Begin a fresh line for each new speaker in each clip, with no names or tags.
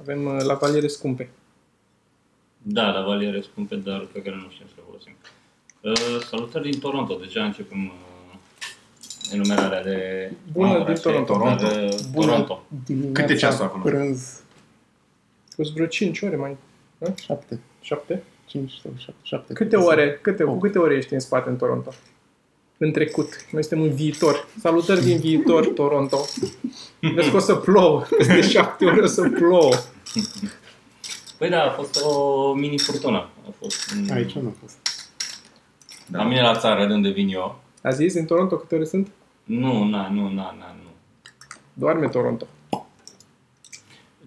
Avem uh, la valiere scumpe.
Da, la valiere scumpe, dar pe care nu știm să le folosim. Uh, salutări din Toronto, deja începem uh, enumerarea de...
Bună
orașe,
din Toronto.
Dar,
Toronto.
uh,
Bună
Toronto.
Dimineața,
Câte ceasul acolo?
Prânz
Cu vreo 5 ore mai...
7,
7?
5 sau 7. 7
Câte ore, câte, cu câte ore ești în spate în Toronto? În trecut. Noi suntem în viitor. Salutări din viitor, Toronto. Vezi că o să plouă. Peste șapte ore o să plouă.
Păi da, a fost o mini furtună. A fost în...
Aici nu a fost.
La mine la țară, de unde vin eu.
A zis în Toronto câte ore sunt?
Nu, na, nu, na, na, nu.
Doarme Toronto.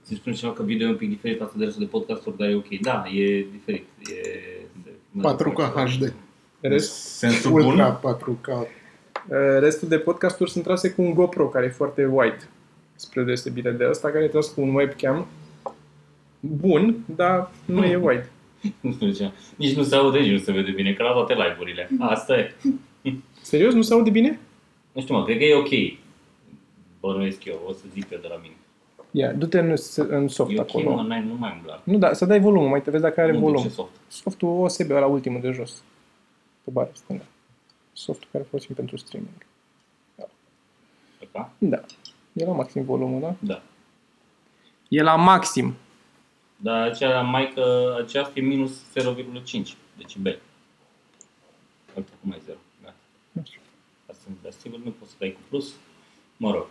Ți spun ceva că video e un pic diferit față de restul de podcasturi, dar e ok. Da, e diferit. E... se-
4K HD.
Rest,
Sensul bun?
Ultra 4K.
uh, restul de podcasturi sunt trase cu un GoPro care e foarte wide. Spre deosebire de ăsta care e tras cu un webcam bun, dar nu e wide.
Nu știu ce. Nici nu se aude, nici nu se vede bine, că la toate live-urile. Asta e.
Serios? Nu se aude bine?
Nu știu, mă, cred că e ok. Bănuiesc eu, o să zic eu de la mine.
Ia, du-te în, în soft
E ok,
acolo.
mă, n-ai, nu mai umbla.
Nu, da, să dai volumul, mai te vezi dacă are
Nu
volum.
duce soft.
Softul OSB, la ultimul de jos, pe bară stângă. Softul care folosim pentru streaming.
Da?
Da, e la maxim volumul, da?
Da.
E la maxim.
Dar acea maică, aceasta e minus 0,5 decibel. Uite, acum e 0. Da.
Nu știu.
Asta nu, dar sigur nu poți să dai cu plus. Mă rog.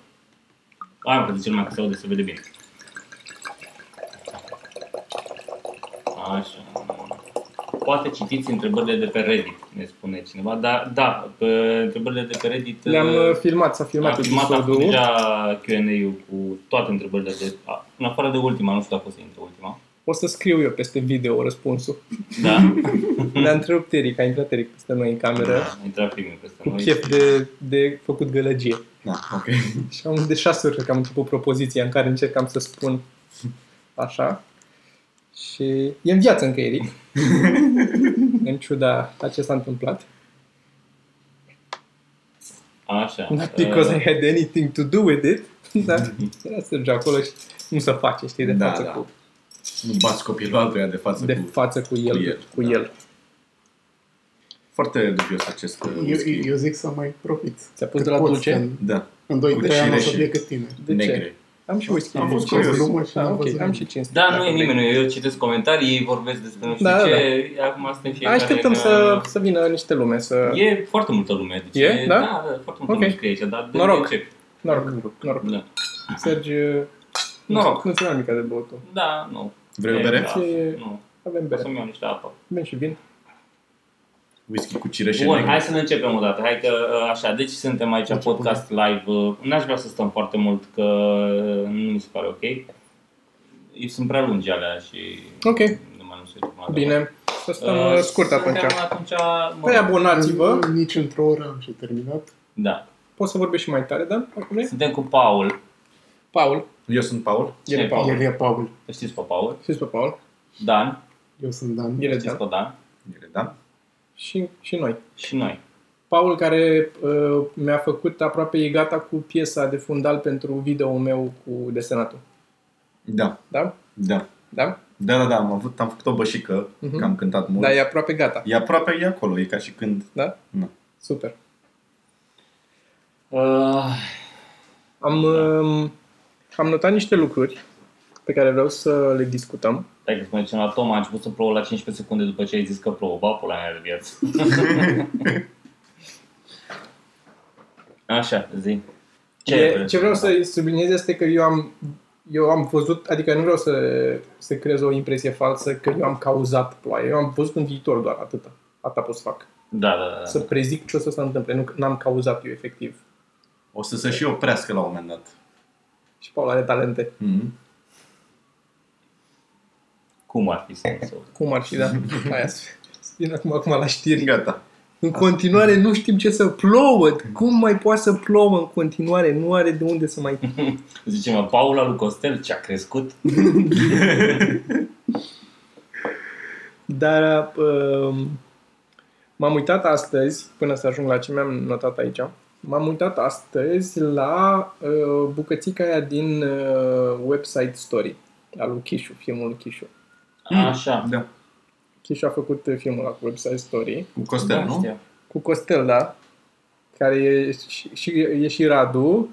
Am că zice lumea că se aude, se vede bine. Așa. Poate citiți întrebările de pe Reddit, ne spune cineva. Da, da pe întrebările de pe Reddit...
Le-am
uh,
uh, filmat, s-a filmat
am filmat acum
episodul.
deja Q&A-ul cu toate întrebările de... a, În afară de ultima, nu știu dacă o să intre ultima.
O să scriu eu peste video răspunsul.
Da,
Ne-a întrerupt Eric, a intrat Eric peste noi în cameră
a intrat primul peste
cu
noi.
chef de, de făcut gălăgie.
Da, ok.
Și am de șase ori cred că am început propoziția în care încercam să spun așa. Și e în viață încă Eric. în ciuda a ce s-a întâmplat.
Așa.
Not because I
Uh,
had anything to do with it. Dar era să merge acolo și nu se face, știi, de
Da,
față,
da.
Cu,
Nu bați copilul altuia de față
de
cu...
față cu el. Cu el. Cu
da.
el.
Foarte dubios acest uh,
Eu,
whisky.
eu zic să mai profiți.
Ți-a pus
Cât
de la
poți,
dulce?
că În,
Da,
în 2
Cu
3 ani o să
cireșe.
fie cât tine.
De ce?
negre.
Am și whisky.
Am fost
Am
curios.
glumă și
Da,
n-am
ok,
văzut
am
nimic.
și cinstit.
Da, nu e nimeni, eu citesc comentarii, ei vorbesc despre nu știu
Da, da,
ce, acum suntem fiecare...
Așteptăm
în,
să,
uh,
să vină niște lume, să...
E foarte multă lume, deci
E? Da?
da, foarte multă
Ok.
lume scrie aici, dar de
Noroc.
ce?
Noroc, noroc.
Da.
Sergi,
Noroc.
nu ți-am nimic de băut tu.
Da, nu.
Vrei o
E,
bere?
da,
Ce-
Nu,
Avem
o
bere.
să-mi iau niște apă.
Avem și vin.
Whisky cu cireșe
Bun, hai
negre.
să ne începem o dată. Hai că uh, așa, deci suntem aici
Începem.
podcast live. Uh, N-aș vrea să stăm foarte mult că nu mi se pare ok. Eu sunt prea lungi alea și
Ok.
nu mai nu se uită.
Bine. Să stăm uh, scurt atunci.
atunci mă
Păi
rog.
abonați-vă.
În- Nici într-o oră am și terminat.
Da.
Poți să vorbești și mai tare, Dan, dacă vrei.
Suntem cu Paul.
Paul.
Eu sunt Paul.
El
Cine
e
e
Paul.
Paul?
El e Paul.
Îl Știți pe Paul?
Știți pe Paul.
Dan.
Eu sunt Dan.
El e
Știți
Dan.
pe Dan.
Ele, da?
Și, și noi.
Și noi.
Paul care uh, mi-a făcut aproape e gata cu piesa de fundal pentru videoul meu cu desenatul.
Da,
Da?
da.
Da?
Da, da, da, am, avut, am făcut o bășică,
Mhm.
că am cântat mult.
Da, e aproape gata.
E aproape, e acolo, e ca și când...
Da?
Nu.
Super.
Uh,
Am, uh, am notat niște lucruri pe care vreau să le discutăm.
dacă îți mai ducem la Toma, a început să plouă la 15 secunde după ce ai zis că plouă. Ba, pula mea de viață. Așa, zi.
e,
vrei
ce vreau
spui?
să subliniez este că eu am, eu am văzut, adică nu vreau să, să creez o impresie falsă că eu am cauzat ploaie. Eu am văzut în viitor doar atâta. Atâta pot să fac.
Da, da, da.
Să prezic ce o să se întâmple. Nu, n-am cauzat eu efectiv.
O să se și oprească la un moment dat.
Și Paul are talente.
Mhm.
Cum ar fi să să-
Cum ar fi, da? Aia să să vină acum, acum la știri.
Deci, Gata.
În continuare nu știm ce să plouă. Cum mai poate să plouă în continuare? Nu are de unde să mai...
Zicem, Paula lui Costel, ce-a crescut?
Mm. Dar uh, m-am uitat astăzi, până să ajung la ce mi-am notat aici, m-am uitat astăzi la uh, bucățica aia din uh, website story. al lui Chishu, filmul lui Chishu.
Așa.
Da.
Chishu a făcut uh, filmul la cu Website Story,
Cu Costel,
Da,
nu?
știam.
cu Costel, da, care e și, și, e și Radu,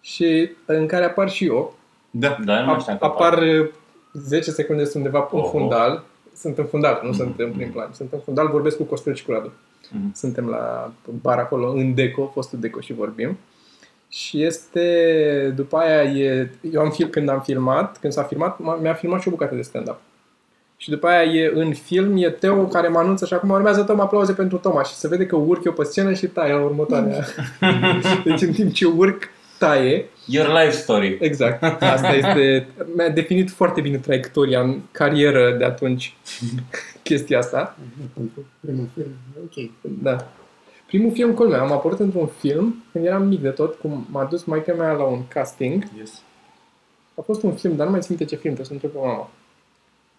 și în care apar și eu.
Da.
Da, eu nu mai
A,
știam că
apar uh, 10 secunde, sunt undeva în
Oho.
fundal. Sunt în fundal, nu
Mhm,
sunt în prim
mhm.
plan. Sunt în fundal, vorbesc cu Costel și cu Radu.
Mhm.
Suntem la bar acolo, în Deco, fostul Deco și vorbim. Și este, după aia e, eu am film, când am filmat, când s-a filmat, m-a- mi-a filmat și o bucată de stand-up. Și după aia e în film, e Teo care mă anunță și acum urmează Toma, aplauze pentru Toma. Și se vede că urc eu pe scenă și taie la următoarea. deci în timp ce urc, taie.
Your life story.
Exact. Asta este... Mi-a definit foarte bine traiectoria în carieră de atunci chestia asta.
Pentru primul film. Ok.
Da. Primul film, culmea, am apărut într-un film când eram mic de tot, cum m-a dus maica mea la un casting.
Yes.
A fost un film, dar nu mai țin minte ce film, trebuie să întreb pe mama.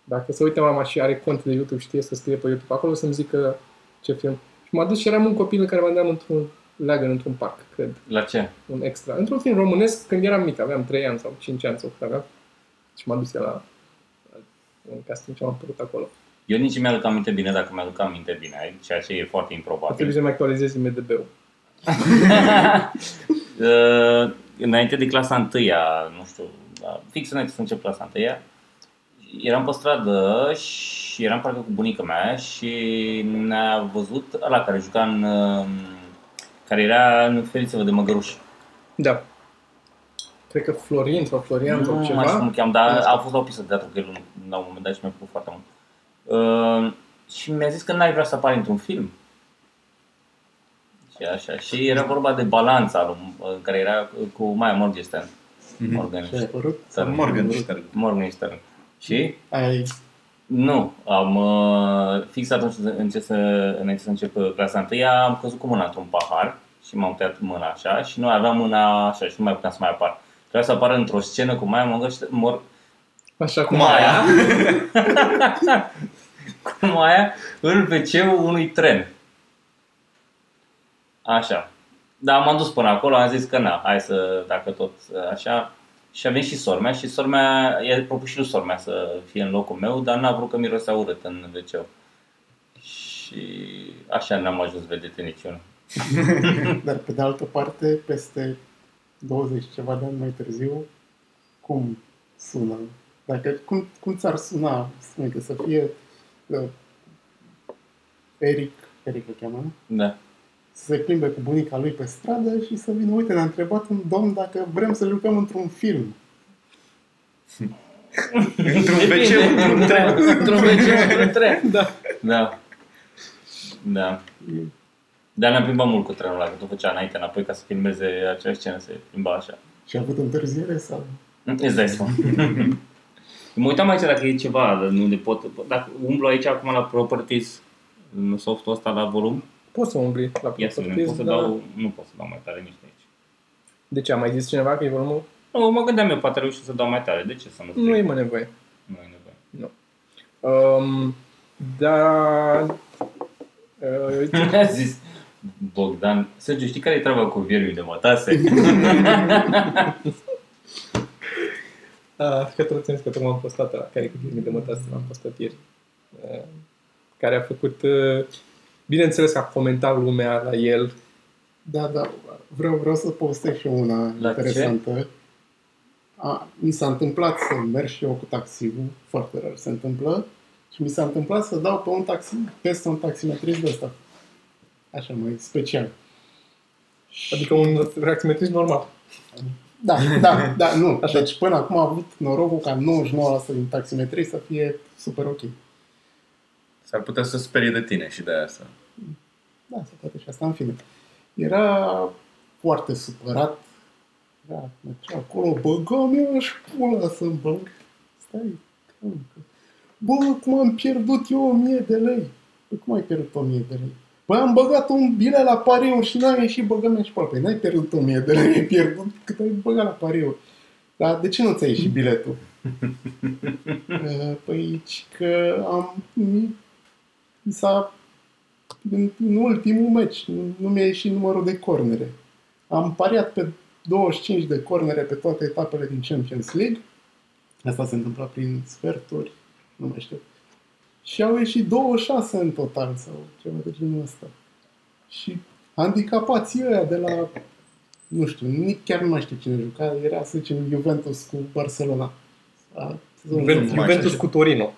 Dacă se uită mama și are cont de YouTube, știe să scrie pe YouTube acolo, să-mi zică ce film. Și m-a dus și eram un copil care mă îndeam într-un leagăn, într-un parc, cred.
La ce?
un extra. Într-un film românesc, când eram mic, aveam 3 ani sau 5 ani sau cât aveam, și m-a dus el la, la un casting și am apărut acolo.
Eu nici nu mi-aduc aminte bine dacă mi-aduc aminte bine, ceea ce e foarte
A trebuit
improbabil.
să-mi actualizez IMDB-ul.
Uh, Înainte de clasa întâia, nu știu, da, fix înainte să încep clasa întâia, eram pe stradă și eram parcă cu bunica mea și ne-a văzut ăla care juca în... uh, care era în Feriță de Măgăruș.
Da. Cred că Florin sau Florian
nu
sau
mai știu cum
ceva.
îl cheam, dar
Asta.
a fost la o piesă de teatru cu el în- la un moment dat și mi-a plăcut foarte mult. Uh, și mi-a zis că n-ai vrea să apari într-un film. Și așa. Și era vorba de balanța lui- în care era cu Maia Morgenstern. Morgan
Și ai apărut?
Stern.
Da, Morgan Stern.
Morgan Stern. Și?
Ai
Nu, am uh, fix atunci înainte să, înainte să încep uh, clasa întâia, am căzut cu mâna într-un pahar și m-am tăiat mâna așa și nu aveam mâna așa și nu mai puteam să mai apar. Trebuia să apară într-o scenă cu Maia Morgenstern, mor,
Așa
cu
cum aia.
Maia. cu Maia în wc unui tren. Așa. Dar m-am dus până acolo, am zis că na, hai să, dacă tot așa. Și a venit și sormea și sormea, i-a propus și lui sormea să fie în locul meu, dar n-a vrut că mirosea urât în wc Și așa n-am ajuns vedete niciunul.
Dar pe de altă parte, peste 20 ceva de ani mai târziu, cum sună? Dacă, cum, cum ți-ar suna, spune că să fie uh, Eric, Eric îl cheamă, nu?
Da.
să se plimbe cu bunica lui pe stradă și să vină, uite, ne-a întrebat un domn dacă vrem să jucăm într-un film.
Într-un
Depinde.
BC, într-un tren.
Într-un wc într-un tren.
Da.
Da. Da. Dar ne-am plimbat mult cu trenul ăla, că tot făcea înainte, înapoi, ca să filmeze acea scenă, se plimba așa.
Și a avut întârziere sau...
Îți dai seama. mă uitam aici dacă e ceva, dar nu le pot... Dacă umblu aici acum la Properties, în softul ăsta la volum,
Poți să umbli la
ia să vedem, pot
propriu
să
dar...
dau... Nu pot să dau mai tare nici de aici.
De ce? A mai zis cineva că e volumul?
Nu, mă gândeam eu, poate reușesc să dau mai tare. De ce să nu stric?
Nu e mă nevoie.
Nu e nevoie.
Um, da... Uh,
Mi-a zis Bogdan, Sergiu, știi care e treaba cu viermi de mătase?
Da, că tot țin că tocmai am postat la care cu filme de mătase, l-am postat ieri. Uh, Care a făcut... uh, Bineînțeles că a comentat lumea la el.
Da, da, vreau, vreau să postez și eu una
La
interesantă. A, mi s-a întâmplat să merg și eu cu taxiul, foarte rar se întâmplă, și mi s-a întâmplat să dau pe un taxi, peste un taximetrist de ăsta. Așa, mai special.
Adică un reacționetrist normal.
Da, da, da, nu.
Așa.
Așa. Deci până acum am avut norocul ca 99% din taximetrii să fie super ok.
S-ar putea să sperie de tine și de aia asta.
Da, se poate și asta, în fine. Era foarte supărat. Era mergea acolo, băgam eu și pula să-mi băg. Stai, calm, că- Bă, cum am pierdut eu 1000 de lei? Bă, cum ai pierdut 1000 de lei? Bă, am băgat un bilet la pariuri și n-am ieșit, băgăm și pula. Păi n-ai pierdut 1000 de lei, ai pierdut cât ai băgat la pariuri. Dar de ce nu ți-a ieșit biletul? "E, păi, ci că am... Mi, mi s-a în, în ultimul meci, nu, nu mi-a ieșit numărul de cornere. Am pariat pe 25 de cornere pe toate etapele din Champions League Asta se întâmpla prin sferturi, nu mai știu. Și au ieșit 26 în total sau ceva de genul ăsta. Și handicapații ăia de la, nu știu, nici chiar nu mai știu cine juca, era să zicem Juventus cu Barcelona. A, sezonul
Juventus,
trecut.
Juventus cu Torino.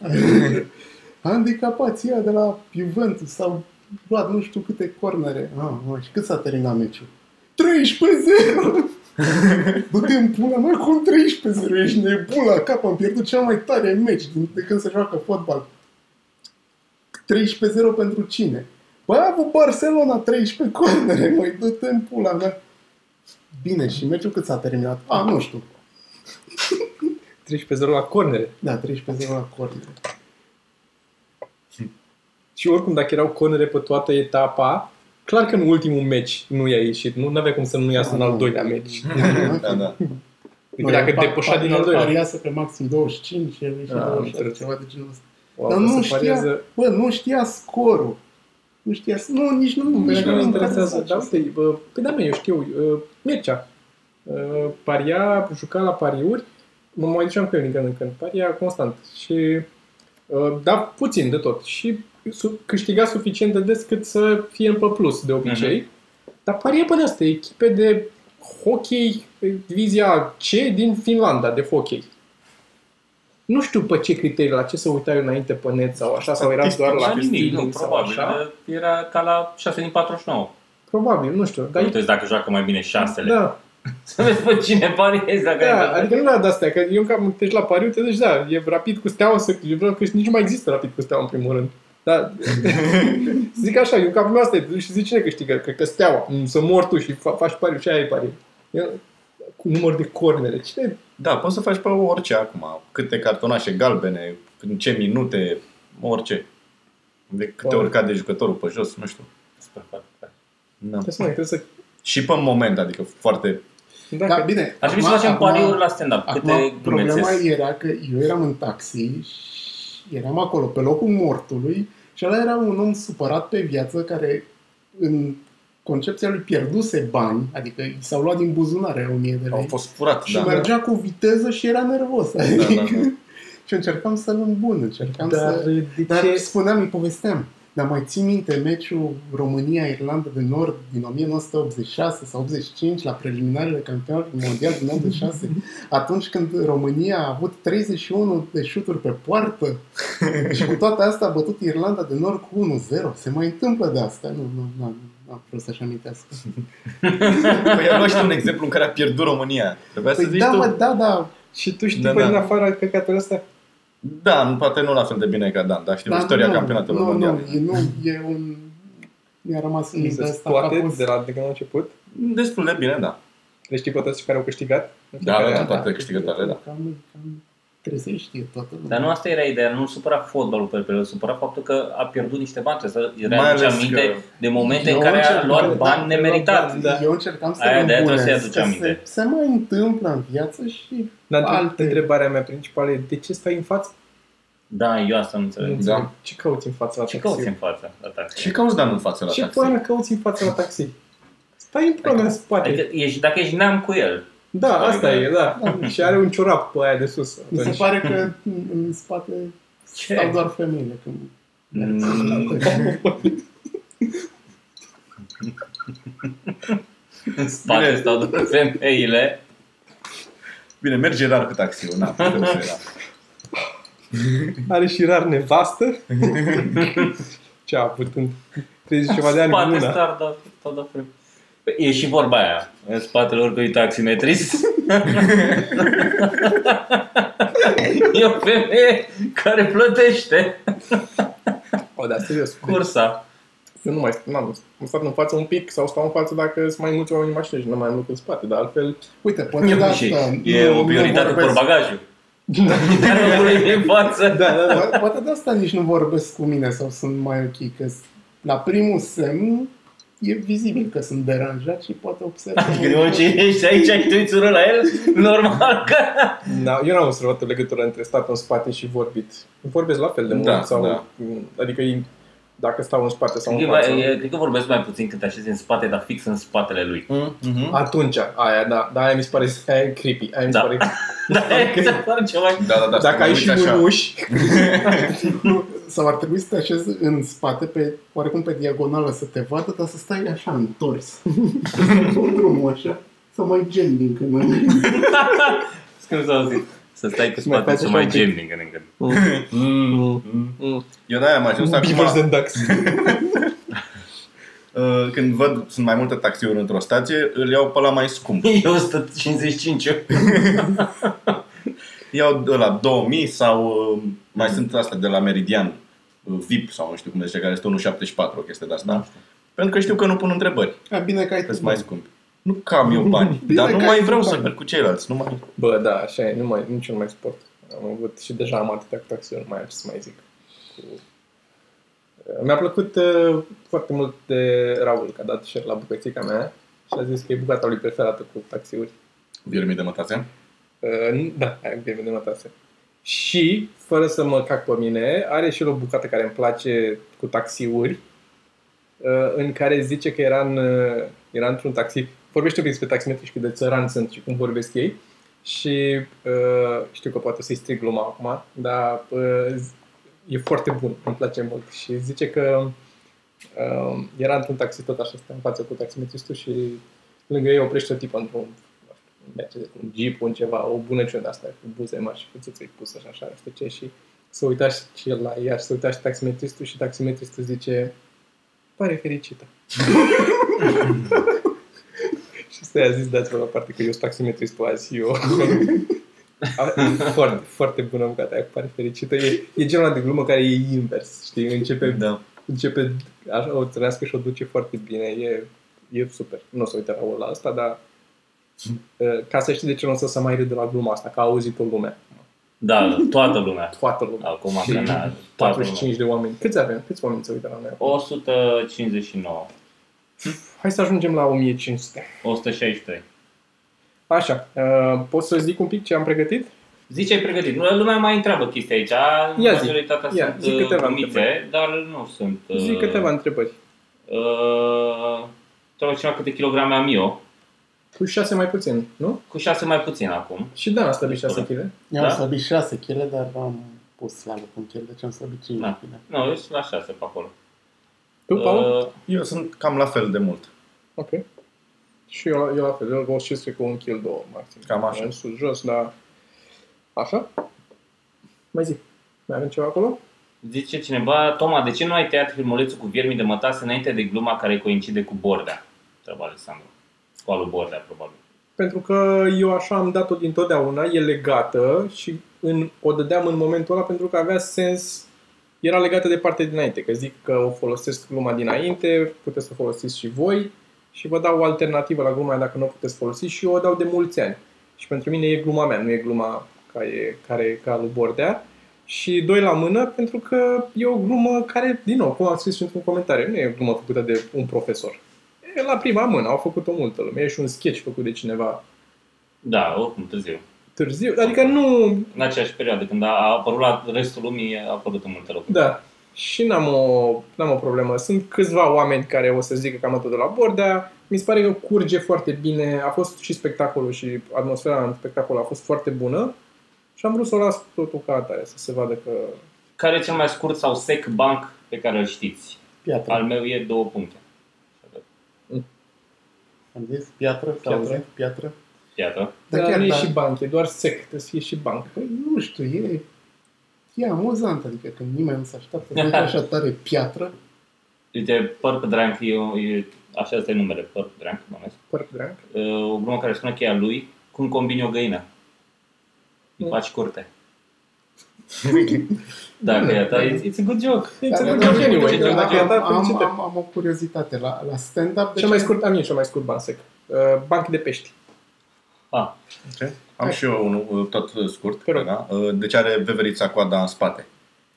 Handicapații ăia de la Juventus s-au luat nu știu câte cornere. Ah, ah, și cât s-a terminat meciul? 13-0! Du-te în pula mea cum 13-0, ești nebun la cap, am pierdut cel mai tare meci din- de când se joacă fotbal. 13-0 pentru cine? Bă, a avut Barcelona 13 cornere, măi, du-te în pula mea. Bine, și meciul cât s-a terminat? A, nu știu.
Treci pe zero la cornere.
Da, 13-0 la cornere.
Și oricum, dacă erau cornere pe toată etapa, clar că în ultimul meci nu i-a ieșit. Nu avea cum să nu iasă în al doilea meci.
Da, da.
Adică dacă
el pa-
depășea din
el
al doilea.
Pariase pe maxim 25, el ieșea
Ah, am
26,
înțeles.
Da, ceva de genul ăsta.
Wow,
Dar
ca
nu
să
știa,
parieze-
bă, nu știa scorul. Nu știa, nu, nici nu,
Nici nu Păi mă
intra
interesează,
să
dar
faci
uite, bă, păi da, mă, eu știu, uh, Mircea. Uh, Paria, juca la pariuri, mă mai duceam cu el din când în când, paria constant. Și, uh, da, puțin de tot. Și su- câștiga suficient de des cât să fie în pe plus, de obicei.
Mhm.
Dar paria pe asta, echipe de hockey, divizia C din Finlanda, de hockey. Nu știu pe ce criterii, la ce să uitai înainte pe net sau așa, sau era doar la
La nimic, nu,
streaming sau
probabil. da.
așa.
că Era ca la 6 din 49.
Probabil, nu știu.
Dar
Dar
uite dacă joacă mai bine șasele.
Da,
Să vezi pe cine pariezi dacă
da,
ai
adică nu era de astea, că eu cam te duci la pariu, te duci, da, e rapid cu steaua, să, eu vreau că nici nu mai există rapid cu steaua în primul rând. Da. zic așa, eu capul meu asta e, te duci și zici cine câștigă, cred că steaua, Mm, să mor tu și fa- faci pariu, și aia e pariu. Eu, cu număr de cornere, cine?
Da, poți să faci pe orice acum. Câte cartonașe galbene, în ce minute, orice. De câte
Da.
ori cade jucătorul pe jos, nu știu. Da.
Ce să mai, trebuie să...
Și pe moment, adică foarte...
Da,
Da,
da,
bine.
Ar trebui să
acum-
facem
acum-
pariuri la stand-up. Câte
Acum, problema
glumețesc.
era că eu eram în taxi și eram acolo, pe locul mortului, și ăla era un om supărat pe viață care, în concepția lui, pierduse bani, adică i s-au luat din buzunare 1000 de
Au
lei.
fost furat,
Și
da.
mergea cu viteză și era nervos.
Da, da, da.
și eu încercam să-l îmbun, încercam
dar
să...
de
Dar
ce...
spuneam, îi povesteam. Dar mai ții minte meciul România-Irlanda de Nord din 1986 sau 85 la preliminarele campionatului mondial din 86? Atunci când România a avut 31 de șuturi pe poartă și cu toate astea a bătut Irlanda de Nord cu 1-0. Se mai întâmplă de asta. Nu, nu, nu, nu am vrut să-și amintească.
Păi ai luat și tu un exemplu în care a pierdut România. Trebuia să
Păi
zici
da,
tu.
mă, da, da,
Și tu știi
Da,
da, pe
da.
din afară căcatul ăsta?
Da, nu- poate nu la fel de bine ca Dan, dar știu
Dar
istoria
nu,
campionatelor
nu,
mondiale.
Nu, e, nu, e un... Mi-a rămas în
Nu
minte
se
asta. că Mm, a
toate
fost-
de la de când am început?
Destul de bine, da.
Le știi pe toți care au câștigat?
Da,
Care-
da, da. toate câștigătoarele, da.
Cam, cam, trebuie să știe toată lumea.
Dar nu asta era ideea, nu supăra fotbalul pe el, supăra faptul că a pierdut niște bani. Trebuie să
Mai
era
ales
aminte
că-
de momente
Eu
în care a
încerc-
luat
da,
bani nemeritat.
da.
Eu încercam să
Aia
îl
de-aia trebuie să-i
îmbunesc,
aduce
că
aminte.
Se, se mai întâmplă în viață și
Dar între-
Alte.
întrebarea mea principală e de ce stai în față?
Da, eu asta nu
Nu
înțeleg.
înțeleg. Ce cauți în fața la
Ce
taxi?
cauți în față la taxi?
Ce cauți Dan în față la
Ce
taxi?
până cauți în fața la taxi? Stai în până în spate.
Adică ești, dacă ești neam cu el,
da,
Stai,
asta
da.
e, da. Și are un ciorap pe aia de sus.
mi se
Atunci.
pare că în- în spate
Ce?
stau doar femeile când merg.
Mm. în spate
Bine.
stau doar femeile.
Bine, merge rar cu taxiul, na, putem să era.
Are și rar nevastă. Ce a avut în 30 ceva de ani
spate
una.
star, da, da, da, frem. Păi, E și vorba aia, în spatele oricui taximetrist. e o femeie care plătește
O, dar serios.
cursa.
Eu nu mai n-am, am stat în față un pic sau stau în față dacă sunt mai mulți oameni în mașină și nu mai am loc în spate, dar altfel...
Uite, poate
E,
da,
de
și
asta...
e
nu-
o
nu
prioritate pe
vorbesc-
bagajul. Dacă pui în față.
Da, da, da.
Po- Poate de asta nici nu vorbesc cu mine sau sunt mai ok, că s- la primul semn e vizibil că sunt deranjat și poate observ. că
Când mă cinești aici, ai tu țură la el? Normal că...
Da, eu n-am observat o legătură între stat în spate și vorbit. Vorbesc la fel de mult
Da,
sau...
da.
Adică e- dacă stau în spate sau
Cred că,
în
va,
față.
e, cred că vorbesc mai puțin când te așezi în spate, dar fix în spatele lui.
Mm.
Mm-hmm.
Atunci, aia, da, da, aia mi se pare, aia e creepy, aia mi se
Da.
pare
Da, exact, pare ceva.
Da, da, da. să
Dacă
mă
ai
uit
și
așa.
mânuși,
Nu, sau ar trebui să te așezi în spate, pe, oarecum pe diagonală să te vadă, dar să stai așa, întors. să dau drumul așa, să mai gem din când în când.
Când s-a auzit. Să stai cu
Să mai
spate
faci
să
așa
mai
un pic.
gem din când în când.
Eu de-aia am ajuns acum,
Beavers and Ducks.
uh, când văd, sunt mai multe taxiuri într-o stație, îl iau pe la mai scump.
E 155 eu.
Iau de la 2000 sau uh, mai sunt astea de la Meridian, uh, VIP sau nu știu cum zice, care este 174, o chestie de asta. Pentru că știu că nu pun întrebări,
A, bine că ai
că
tu.
sunt mai scump. Nu că am eu bani,
Da. Bine
dar nu
că ai
mai
tu
vreau să
bani.
merg cu ceilalți, nu mai...
Bă, da, așa e, nu mai, nici nu mai sport. Am avut și deja am atâtea cu taxiuri, nu mai am ce să mai zic. Cu- Mi-a plăcut uh, foarte mult de Raul, că a dat share la bucățica mea și a zis că e bucata lui preferată cu taxiuri.
Viermi de mătațe.
Uh, nu- da, aia e de matase. Și, fără să mă cac pe mine, are și el o bucată care îmi place cu taxiuri, uh, în care zice că era, în, uh, era într-un taxi, vorbește un pic despre taximetri și cât de țărani sunt și cum vorbesc ei. Și uh, știu că poate o să-i strig gluma acum, dar uh, z- e foarte bun, îmi place mult. Și zice că uh, era într-un taxi tot așa, stă în față cu taximetristul și lângă ei oprește o tipă într-un un Mercedes, un Jeep, un ceva, o bunăciune de asta, cu buze mari și cuțuțe pusă și așa, nu știu ce, și să uita și el la ea și să uita și taximetristul și taximetristul zice pare fericită. și să i-a zis dați-vă la parte că eu sunt taximetristul azi, eu. A- foarte, foarte bună bucata aia, cu pare fericită. E, e genul ăla de glumă care e invers, știi? Începe,
Da.
începe așa, o trăiască și o duce foarte bine. E, e super. Nu o să uite Raul la asta, dar
Mm.
uh, ca să știi de ce nu o să se mai râde la gluma asta, că a auzit-o lumea.
Da, toată lumea.
Toată lumea.
Acum,
Și
că na, Da, toată lumea.
45 de oameni. Câți avem? Câți oameni se uită la noi?
159.
Hai să ajungem la 1500.
163.
Așa, uh, pot să zic un pic ce am pregătit?
Zici ai pregătit. Nu, Lumea mai întreabă chestii aici.
Ia zi.
Majoritatea
Ia,
sunt
zi
uh,
câteva
glumițe, dar nu sunt... uh,
Zic câteva întrebări.
uh, Trebuie ceva câte kilograme am eu.
Cu 6 mai puțin, nu?
Cu 6 mai puțin acum.
Și Dan a stabilit 6 kg.
Eu am
Da?
slăbit 6 kg, dar am pus la loc un kg, deci am slăbit 5
Da.
kg.
Nu, eu sunt la 6 pe acolo.
Tu, Paul?
Uh,
Eu sunt cam la fel de mult.
Ok. Și eu, eu la fel, eu vă oscilez cu un kill, două maxim.
Cam așa.
În sus, jos, dar... Așa? Mai zic. Mai avem ceva acolo?
Zice cineva, Toma, de ce nu ai tăiat filmulețul cu viermii de mătase înainte de gluma care coincide cu Bordea? Întreabă Alexandru. Cu alu Bordea, probabil.
Pentru că eu așa am dat-o dintotdeauna, e legată și în, o dădeam în momentul ăla pentru că avea sens, era legată de partea dinainte, că zic că o folosesc gluma dinainte, puteți să o folosiți și voi și vă dau o alternativă la gluma aia dacă nu o puteți folosi și eu o dau de mulți ani. Și pentru mine e gluma mea, nu e gluma care e, care e ca lui Bordea. Și doi la mână, pentru că e o glumă care, din nou, cum am scris și într-un comentariu, nu e o glumă făcută de un profesor. E la prima mână, au făcut-o multă lume. E și un sketch făcut de cineva
Da, oricum târziu.
târziu. Adică nu...
În aceeași perioadă, când a a apărut la restul lumii, a apărut în multe locuri.
Da. Și n-am o, n-am o problemă. Sunt câțiva oameni care o să zică cam tot de la Bordea. Mi se pare că curge foarte bine. A fost și spectacolul și atmosfera în spectacol a fost foarte bună. Și am vrut să o las totul ca atare, să se vadă că...
Care e cel mai scurt sau sec banc pe care îl știți?
Piatră.
Al meu e două puncte.
Am zis piatră? S-a
Piatră.
auzit? Piatră?
Iată.
Dar
chiar
nu e
da.
și banc, e doar sec, trebuie să fie și banc.
Păi nu știu, e, e amuzant, adică când nimeni nu se așteaptă să fie așa tare piatră.
Uite, Purp Drank, e, o- e, așa este numele, Purp Drank, mă numesc.
Părc drag.
E, O glumă care spune cheia lui, cum combini o găină? Îi
Mm.
faci curte. Dacă e Deci, a ta, it's, it's a good joke.
It's a
Dar,
good
dar,
joke anyway.
dar,
Dacă e
am,
dat,
am,
felicitări.
am, am, o curiozitate. La, la stand-up, deci de
Cel
ce-
mai scurt, am eu cel mai scurt banc sec. Uh, Banc de pești.
Ah,
Ok. Am și eu unul uh, tot uh, scurt.
Te rog.
Da? Uh, Deci are veverița coada în spate.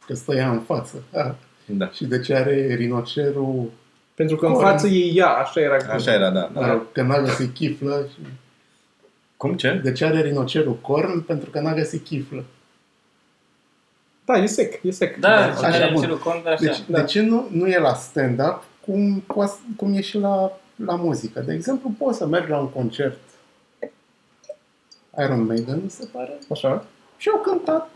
Că stă ea în față. Ah,
Da.
și de ce are rinocerul,
Pentru că în
Cum?
față e ea, așa era.
Așa era, da. da.
da. că n-a găsit chiflă. Și
Cum ce?
de ce are rinocerul corn, pentru că n-a găsit chiflă.
Da, e sec, e sec.
Da, și
așa,
care
bun.
ținut cont de așa.
Deci,
Da.
De ce nu, nu e la stand-up cum, poa- cum e și la, la muzică? De exemplu, poți să mergi la un concert Iron Maiden, mi se pare,
Așa.
și au cântat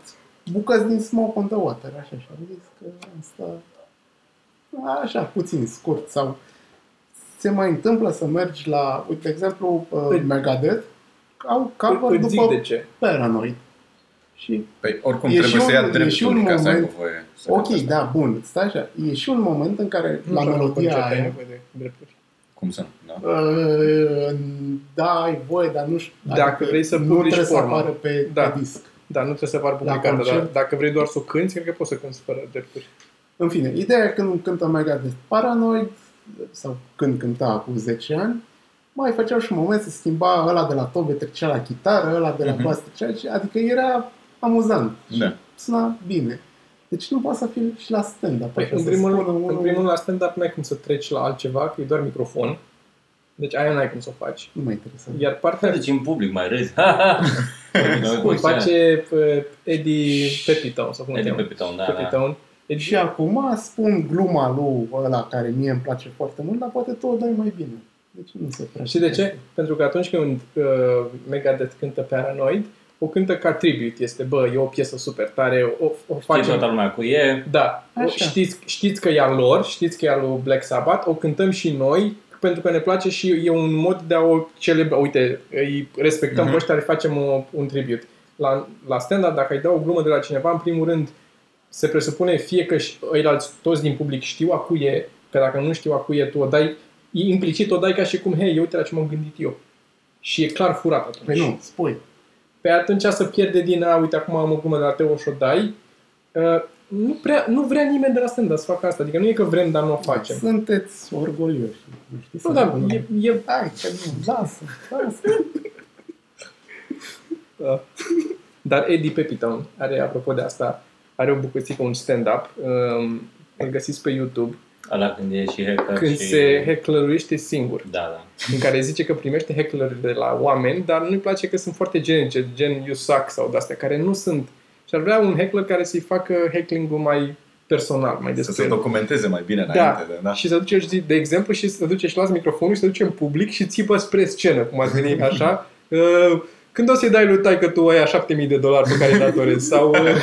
bucăți din Smoke on the Water, așa, și am zis că asta, așa, puțin scurt, sau se mai întâmplă să mergi la, uite, de exemplu, uh,
Îi-
Megadeth, au cover
Îți Păi- zic deci- de
după
ce.
Paranoid. Și
Păi oricum
E
trebuie
și
să
un-
ia
e și
drepturi
un
ca să aibă
moment-
voie. să
Ok,
facă asta.
da, bun, stai așa. E și un moment în care
Nu
la
prea
melodia
concert ai
aia,
nevoie de drepturi.
Cum să nu? Da?
uh, da, ai voie, dar nu știu.
Dacă
adică
vrei să
nu
publici
trebuie să
forma.
apară pe,
Da.
pe disc.
Da, nu trebuie să par publicată, dar
concert.
dacă vrei doar să o cânti, cred că poți să cânti fără drepturi.
În fine, ideea e când cântă Megadeth Paranoid, sau când cânta acum 10 ani, mai făceau și un moment să schimba ăla de la tobe trecea la chitară, ăla de la
Mhm.
bas trecea, și- adică era amuzant.
Da.
Suna bine. Deci nu poate să fie și la stand-up.
Păi,
așa,
în,
să
primul,
spună
rând,
unul-
în primul rând, la stand-up n-ai cum să treci la altceva, că e doar microfon. Deci aia n-ai cum să o faci.
Nu mă interesează.
Iar partea
Deci în public mai râzi.
Cum face uh, Eddie Pepitone sau cum îl
Eddie
cheamă?
Pepitone, da, da.
Pepitone. Eddie-
Și acum spun gluma lui ăla care mie îmi place foarte mult, dar poate tu o dai mai bine. Deci nu se prea.
Știi de ce? Pentru că atunci când uh, Megadeth cântă Paranoid, o cântă ca tribute. Este, bă, e o piesă super tare, o, o
Face toată
facem.
lumea cu e.
Da, o,
Așa.
știți, știți că e a lor, știți că e a lui Black Sabbath, o cântăm și noi, pentru că ne place și e un mod de a o celebra. Uite, îi respectăm
Mhm.
uh-huh. pe ăștia, le facem o, un tribut. La, la stand-up, dacă ai da o glumă de la cineva, în primul rând, se presupune fie că și- ăilalți toți din public știu a cui e, că dacă nu știu a cui e, tu o dai, implicit o dai ca și cum, hei, uite la ce m-am gândit eu. Și e clar furat atunci.
Păi nu, spui.
Pe atunci să pierde din, a, uite, acum am o glumă de la Teo și o dai. Uh, nu, prea, nu vrea nimeni de la stand să facă asta. Adică nu e că vrem, dar nu o facem.
Sunteți orgolioși. Nu știți
Nu,
să
dar
rămână.
e, e,
Hai, că nu, lasă, lasă.
Dar Eddie Pepitone are, apropo de asta, are o bucățică, un stand-up. Um, îl găsiți pe YouTube.
Ăla când e și
Da,
hacker
Când
și...
se heclăruiește singur.
Da, da.
În care zice că primește heckler de la oameni, dar nu-i place că sunt foarte generice, gen you suck sau de-astea, care nu sunt. Și ar vrea un heckler care să-i facă heckling-ul mai personal, mai
Să
despre
se
el.
documenteze mai bine
Da.
înainte. de- Da.
Și se duce, și zi- de exemplu, și se duce și las microfonul și se duce în public și țipă spre scenă, cum ar veni așa. Uh, Când o să-i dai lui tai că tu ai 7000 de dolari pe care îi datorezi? Sau uh,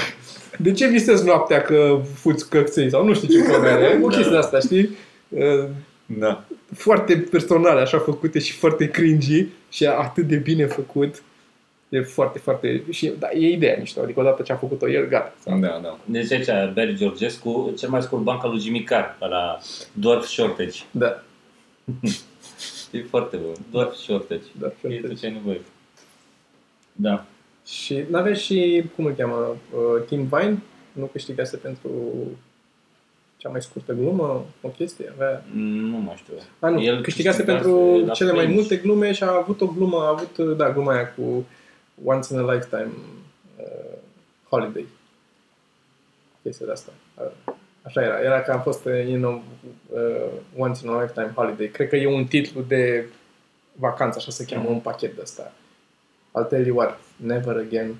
de ce visezi noaptea că fuți căpței? Sau nu știu ce probleme are. O chestie de asta, știi? Uh,
da.
Foarte personale, așa făcute și foarte cringy și atât de bine făcut. E foarte, foarte... Și, da, e ideea mișto. Adică odată ce a făcut-o el, gata.
Da, da.
Deci aici, Barry Georgescu, cel mai scurt banc al lui Jimmy Carr, la Dwarf Shortage.
Da.
E foarte bun. Dwarf Shortage.
Dwarf
E
Da, Shortage.
deci,
tot ce ai nevoie. Da.
Și n-avea și, cum îl cheamă, uh, Tim Vine? Nu câștigase pentru cea mai scurtă glumă, o chestie? Avea...
Mm, Nu mai știu.
A, nu, el câștigase pentru
la
cele mai
Fringe.
multe glume și a avut o glumă, a avut, uh, da, gluma aia cu Once in a Lifetime uh, Holiday. Chestia de asta. Uh, Așa era, era că am fost uh, in a, uh, Once in a Lifetime Holiday. Cred că e un titlu de vacanță, așa se cheamă, un pachet de asta. I'll tell you what, never again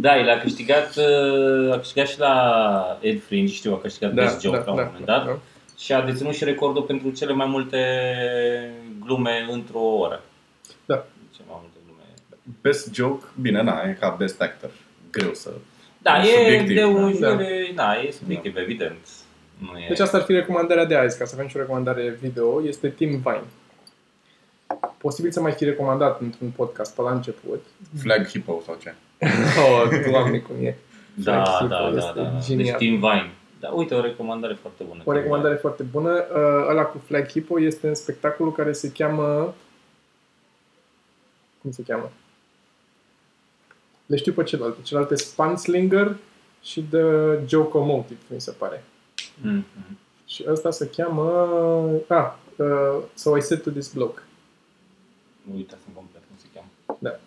Da, el a câștigat, uh, a câștigat și la Ed Fringe, știu, a câștigat da, Best Joke da, la un da, moment dat. Da, Și a deținut și recordul pentru cele mai multe glume într-o oră.
Da.
Cele mai multe glume.
Best joke, bine, na, e ca best actor. Greu să...
Da,
E
e
subiectiv,
de
da.
un
Da.
da. da, e subiectiv, evident. Nu e...
Deci asta ar fi recomandarea de azi, ca să avem și o recomandare video, este Tim Vine. Posibil să mai fi recomandat într-un podcast pe la început.
Flag hippo sau ce.
Oh, doamne, cum e.
da,
Flagship-ul
da, da,
este
da, da. Deci
genial.
Team Vine. Da, uite, o recomandare foarte bună.
O recomandare foarte bună. Uh, Ăla cu Flag Hippo este în spectacolul care se cheamă... Cum se cheamă? Le știu pe celelalte. Celelalte Spanslinger și The Jocomotive, mi se pare.
Mm.
Și ăsta se cheamă... Ah, uh, So I Said to This Block.
Nu uita să-mi complet cum se cheamă.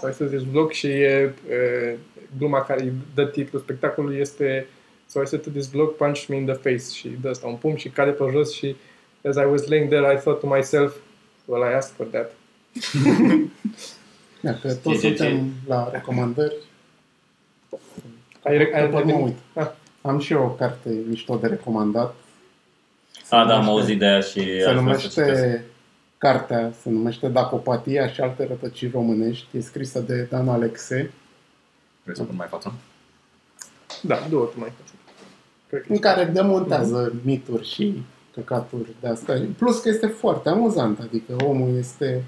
sau este deci vlog și e, e, gluma care îi dă titlul spectacolului este So I said to this block, punch me in the face și îi dă asta un pumn și cade pe jos și as I was laying there I thought to myself well I asked for that.
Ia, că
Ce,
toți
ce, ce?
suntem la recomandări.
Ai, re- ai
După mă
revenit?
uit.
Da.
Am și eu o carte mișto de recomandat.
A, da, am auzit de aea și
Se
aș vrea să citesc.
numește cartea, se numește Dacopatia și alte rătăciri românești. E scrisă de Dan Alexe,
Vrei să pun mai față?
Da, două ori mai puțin. Cred că
în
e-
care demontează mituri și căcaturi de astea. Plus că este foarte amuzant, adică omul este...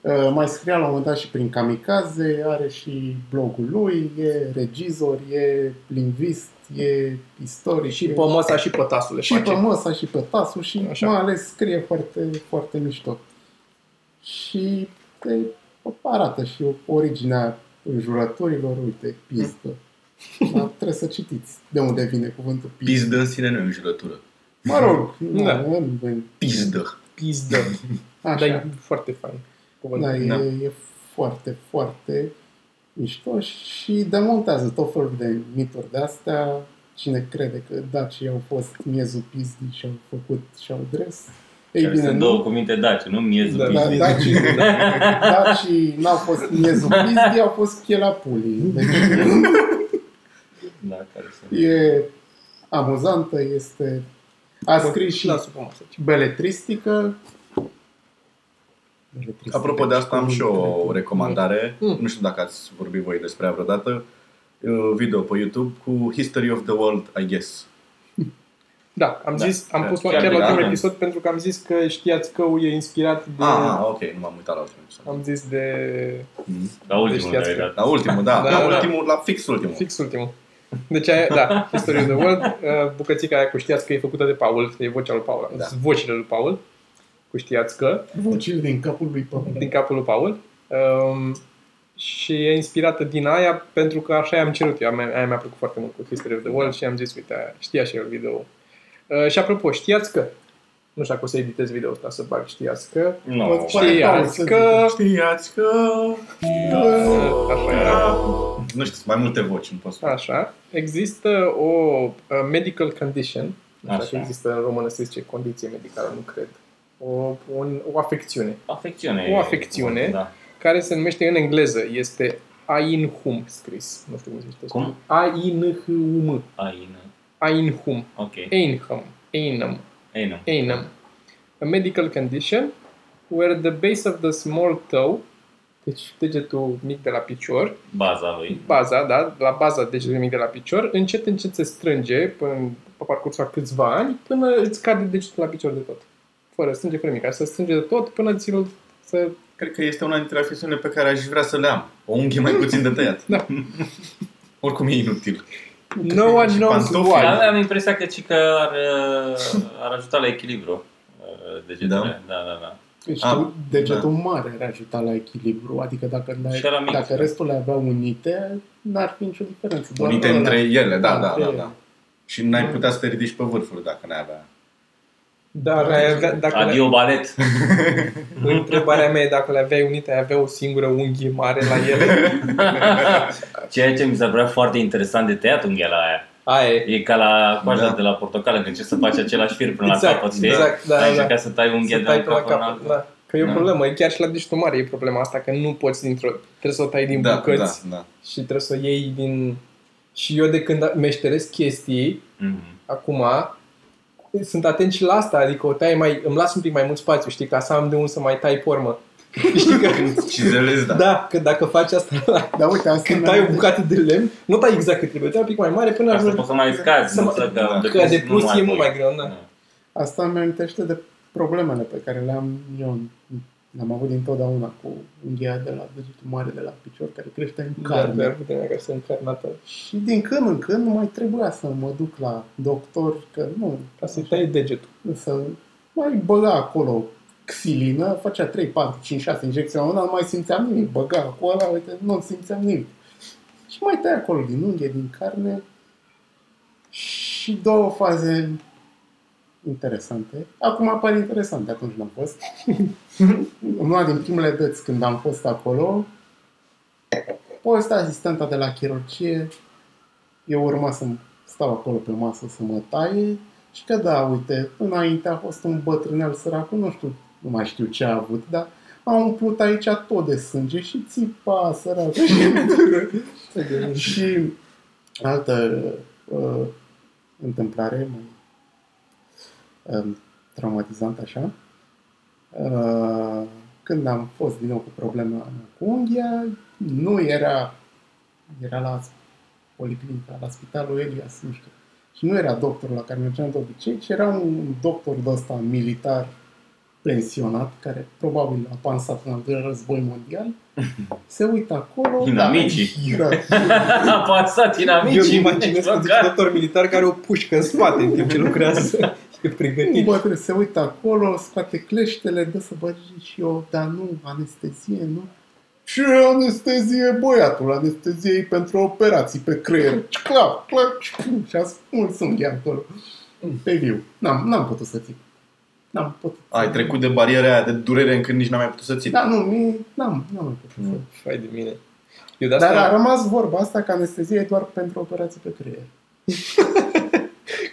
uh, Mai scria la un moment dat și prin kamikaze, are și blogul lui, e regizor, e lingvist, e istoric.
Și
e-
pe măsa și pe tasul le
și
face.
pe măsa și pe tasul și
Așa.
Așa. mai ales scrie foarte, foarte mișto. Și te arată și originea jurătorilor, uite, pizdă.
Hmm.
Dar trebuie să citiți de unde vine cuvântul pizdă.
Pizdă în sine nu e o înjurătură.
Mă rog, nu,
Da.
nu- nu-
Pizdă.
Pizdă. Dar
așa.
e foarte fain. Cuvântul.
Da, e,
Da.
e foarte, foarte mișto și demontează tot felul de mituri de astea. Cine crede că dacii au fost miezul pizdii și au făcut și au dres. Ei
Care
bine,
sunt
nu.
două cuvinte dace, nu? Miezul
Da,
da,
Da,
da,
dacii, dacii da, n-au fost miezul pizdii, au fost pielea pulii. Deci
Da, care sunt.
e amuzantă, este... A da, scris și
Lasă pe masă.
beletristică. Beletristică.
Apropo de asta am și eu o recomandare.
Mm.
Nu știu dacă ați vorbit voi despre ea vreodată. E un video pe YouTube cu History of the World, I guess.
Da, am
Da.
zis, am
Da.
pus
Chiar
chiar
de
la
la
primul
Adam.
episod pentru că am zis că știați că e inspirat de...
Ah, ok, nu m-am uitat la ultimul episod.
Am zis de
Mm.
La ultimul
Deci,
care
fiați-
ai dat.
La ultimul, da.
Da,
la,
da.
ultimul, la fix ultimul.
fix ultimul. Deci, aia- da, History of the World, uh, bucățica aia cu știați că e făcută de Paul, e vocea lui Paul,
Da.
da. vocile lui Paul, cu știați că,
Vocile din capul lui Pavel.
din capul lui Paul. Um, și e inspirată din aia pentru că așa i-am cerut eu, aia aia mi-a plăcut foarte mult cu History of the World și am zis, uite, aia, știa și el video. Uh, și apropo, știați că, nu știu dacă o să editez video ăsta să bag, știați că,
Nu,
Poți-
știați că... uh,
Știați că...
Așa era.
Nu știu, sunt mai multe voci, nu pot să...
Așa. Există o a medical condition, așa,
Așa.
așa. există în română se zice condiție medicală, nu cred, o, un, o afecțiune,
afecțiune.
O afecțiune.
Da.
care se numește în engleză, este Ainhum scris, nu știu cum se zice.
Cum?
Ainhum.
Aină.
Ainhum.
Ok.
Ainhum. Ainhum.
Aină.
Ainum. A medical condition where the base of the small toe, deci degetul mic de la picior,
Baza lui.
baza, da, la baza degetului mic de la picior, încet, încet se strânge până în- pe parcursul a câțiva ani, până îți cade degetul la picior de tot. Fără strânge, fără mica. Se strânge de tot până ți-l să...
Cred că este una dintre afecțiunile pe care aș vrea să le am. O unghie mai puțin de tăiat.
Da.
Oricum e inutil.
No one
și
knows
pantofi.
Dar
why.
am impresia că ci că ar, uh, ar ajuta la echilibru uh, degetele. Da, da, da.
Deci
Ah,
tu,
da.
degetul mare ar ajuta la echilibru, adică dacă, le-ai-
Și ăla mic. da.
dacă restul le avea unite, n-ar fi nicio diferență. Doar
Unite
ăla-
între ele, da, da,
între
da,
ele.
da. Și n-ai putea să te ridici pe vârfuri dacă n-ai avea.
Dar ai avea, dacă
Adio balet.
le, întrebarea mea e dacă le aveai unite, ai avea o singură unghie mare la ele.
Ceea ce mi s-a părea foarte interesant de tăiat unghia la aia.
Aia e.
E ca la coaja
Da.
de la portocală, când încerci să faci același fir până
Exact,
la capăt, știi?
exact, da,
Ai
da,
încercat
da.
să tai unghia
Să
de la
tai
un
pe la
cap în
capăt.
altul.
Da. Că e o
Da.
problemă, e chiar și la degetul mare e problema asta, că nu poți dintr-o, trebuie să o tai din
da,
bucăți.
da, da.
și trebuie să o iei din... Și eu de când meșteresc chestii,
Mhm.
acum, sunt atent și la asta, adică o tai mai, îmi las un pic mai mult spațiu, știi, ca să am de unde să mai tai pormă. Știi că,
Și zelezi, da.
da, că dacă faci asta, la,
Dar uite, asta
când
mi-a-
tai o bucată de lemn, nu tai exact cât trebuie, tai un pic mai mare până
Ca să
ajungi.
poți să mai scazi,
Să
nu
mă-
să
da.
că...
Că de pus e mult mai greu, da.
Asta îmi amintește de problemele pe care le-am eu. Le-am avut dintotdeauna cu unghia de la degetul mare de la picior care crește în
Da,
carne.
dar puterea care sunt încarnată.
Și din când în când mai trebuia să mă duc la doctor, că nu,
Ca să-i tai degetul.
să mai băga acolo xilină, făcea 3, 4, 5, 6 injecții la una, nu mai simțeam nimic, băga acolo, uite, nu simțeam nimic. Și mai tai acolo din unghie, din carne și două faze interesante. Acum par interesante, atunci n-am fost. Una din primele dăți când am fost acolo, povestea asistenta de la chirurgie, eu urma să stau acolo pe masă să mă taie și că da, uite, înainte a fost un bătrânel sărac, nu știu, nu mai știu ce a avut, dar a umplut aici tot de sânge și țipa sărac. și altă uh, întâmplare mai um, traumatizantă așa, uh, când am fost din nou cu problema cu unghia, nu era, era la policlinica, la spitalul Elias, nu știu. Și nu era doctorul la care mergeam de obicei, ci era un doctor de ăsta militar pensionat, care probabil a pansat în al doilea război mondial, se uită acolo,
Inamicii.
Da, era,
A pasat din
Eu îmi
amicii,
imaginez un doctor militar care o pușcă în spate în timp ce lucrează. E
Nu,
pregătit.
bă, trebuie să se uită acolo, scoate cleștele, dă să bagi și eu, dar nu, anestezie, nu. Ce anestezie, băiatul? Anestezie e pentru operații pe creier. Clap, clap, și pum, și a smuls unghia acolo. Pe viu. N-am, n-am putut să țin. N-am putut. să
Ai
țin.
trecut de bariera aia de durere încât nici n-am mai putut să ții.
Da, nu, mi, n-am, n-am mai putut să
Mm.
Fai de mine. Eu de
Dar
asta,
a rămas vorba asta că anestezie e doar pentru operații pe creier.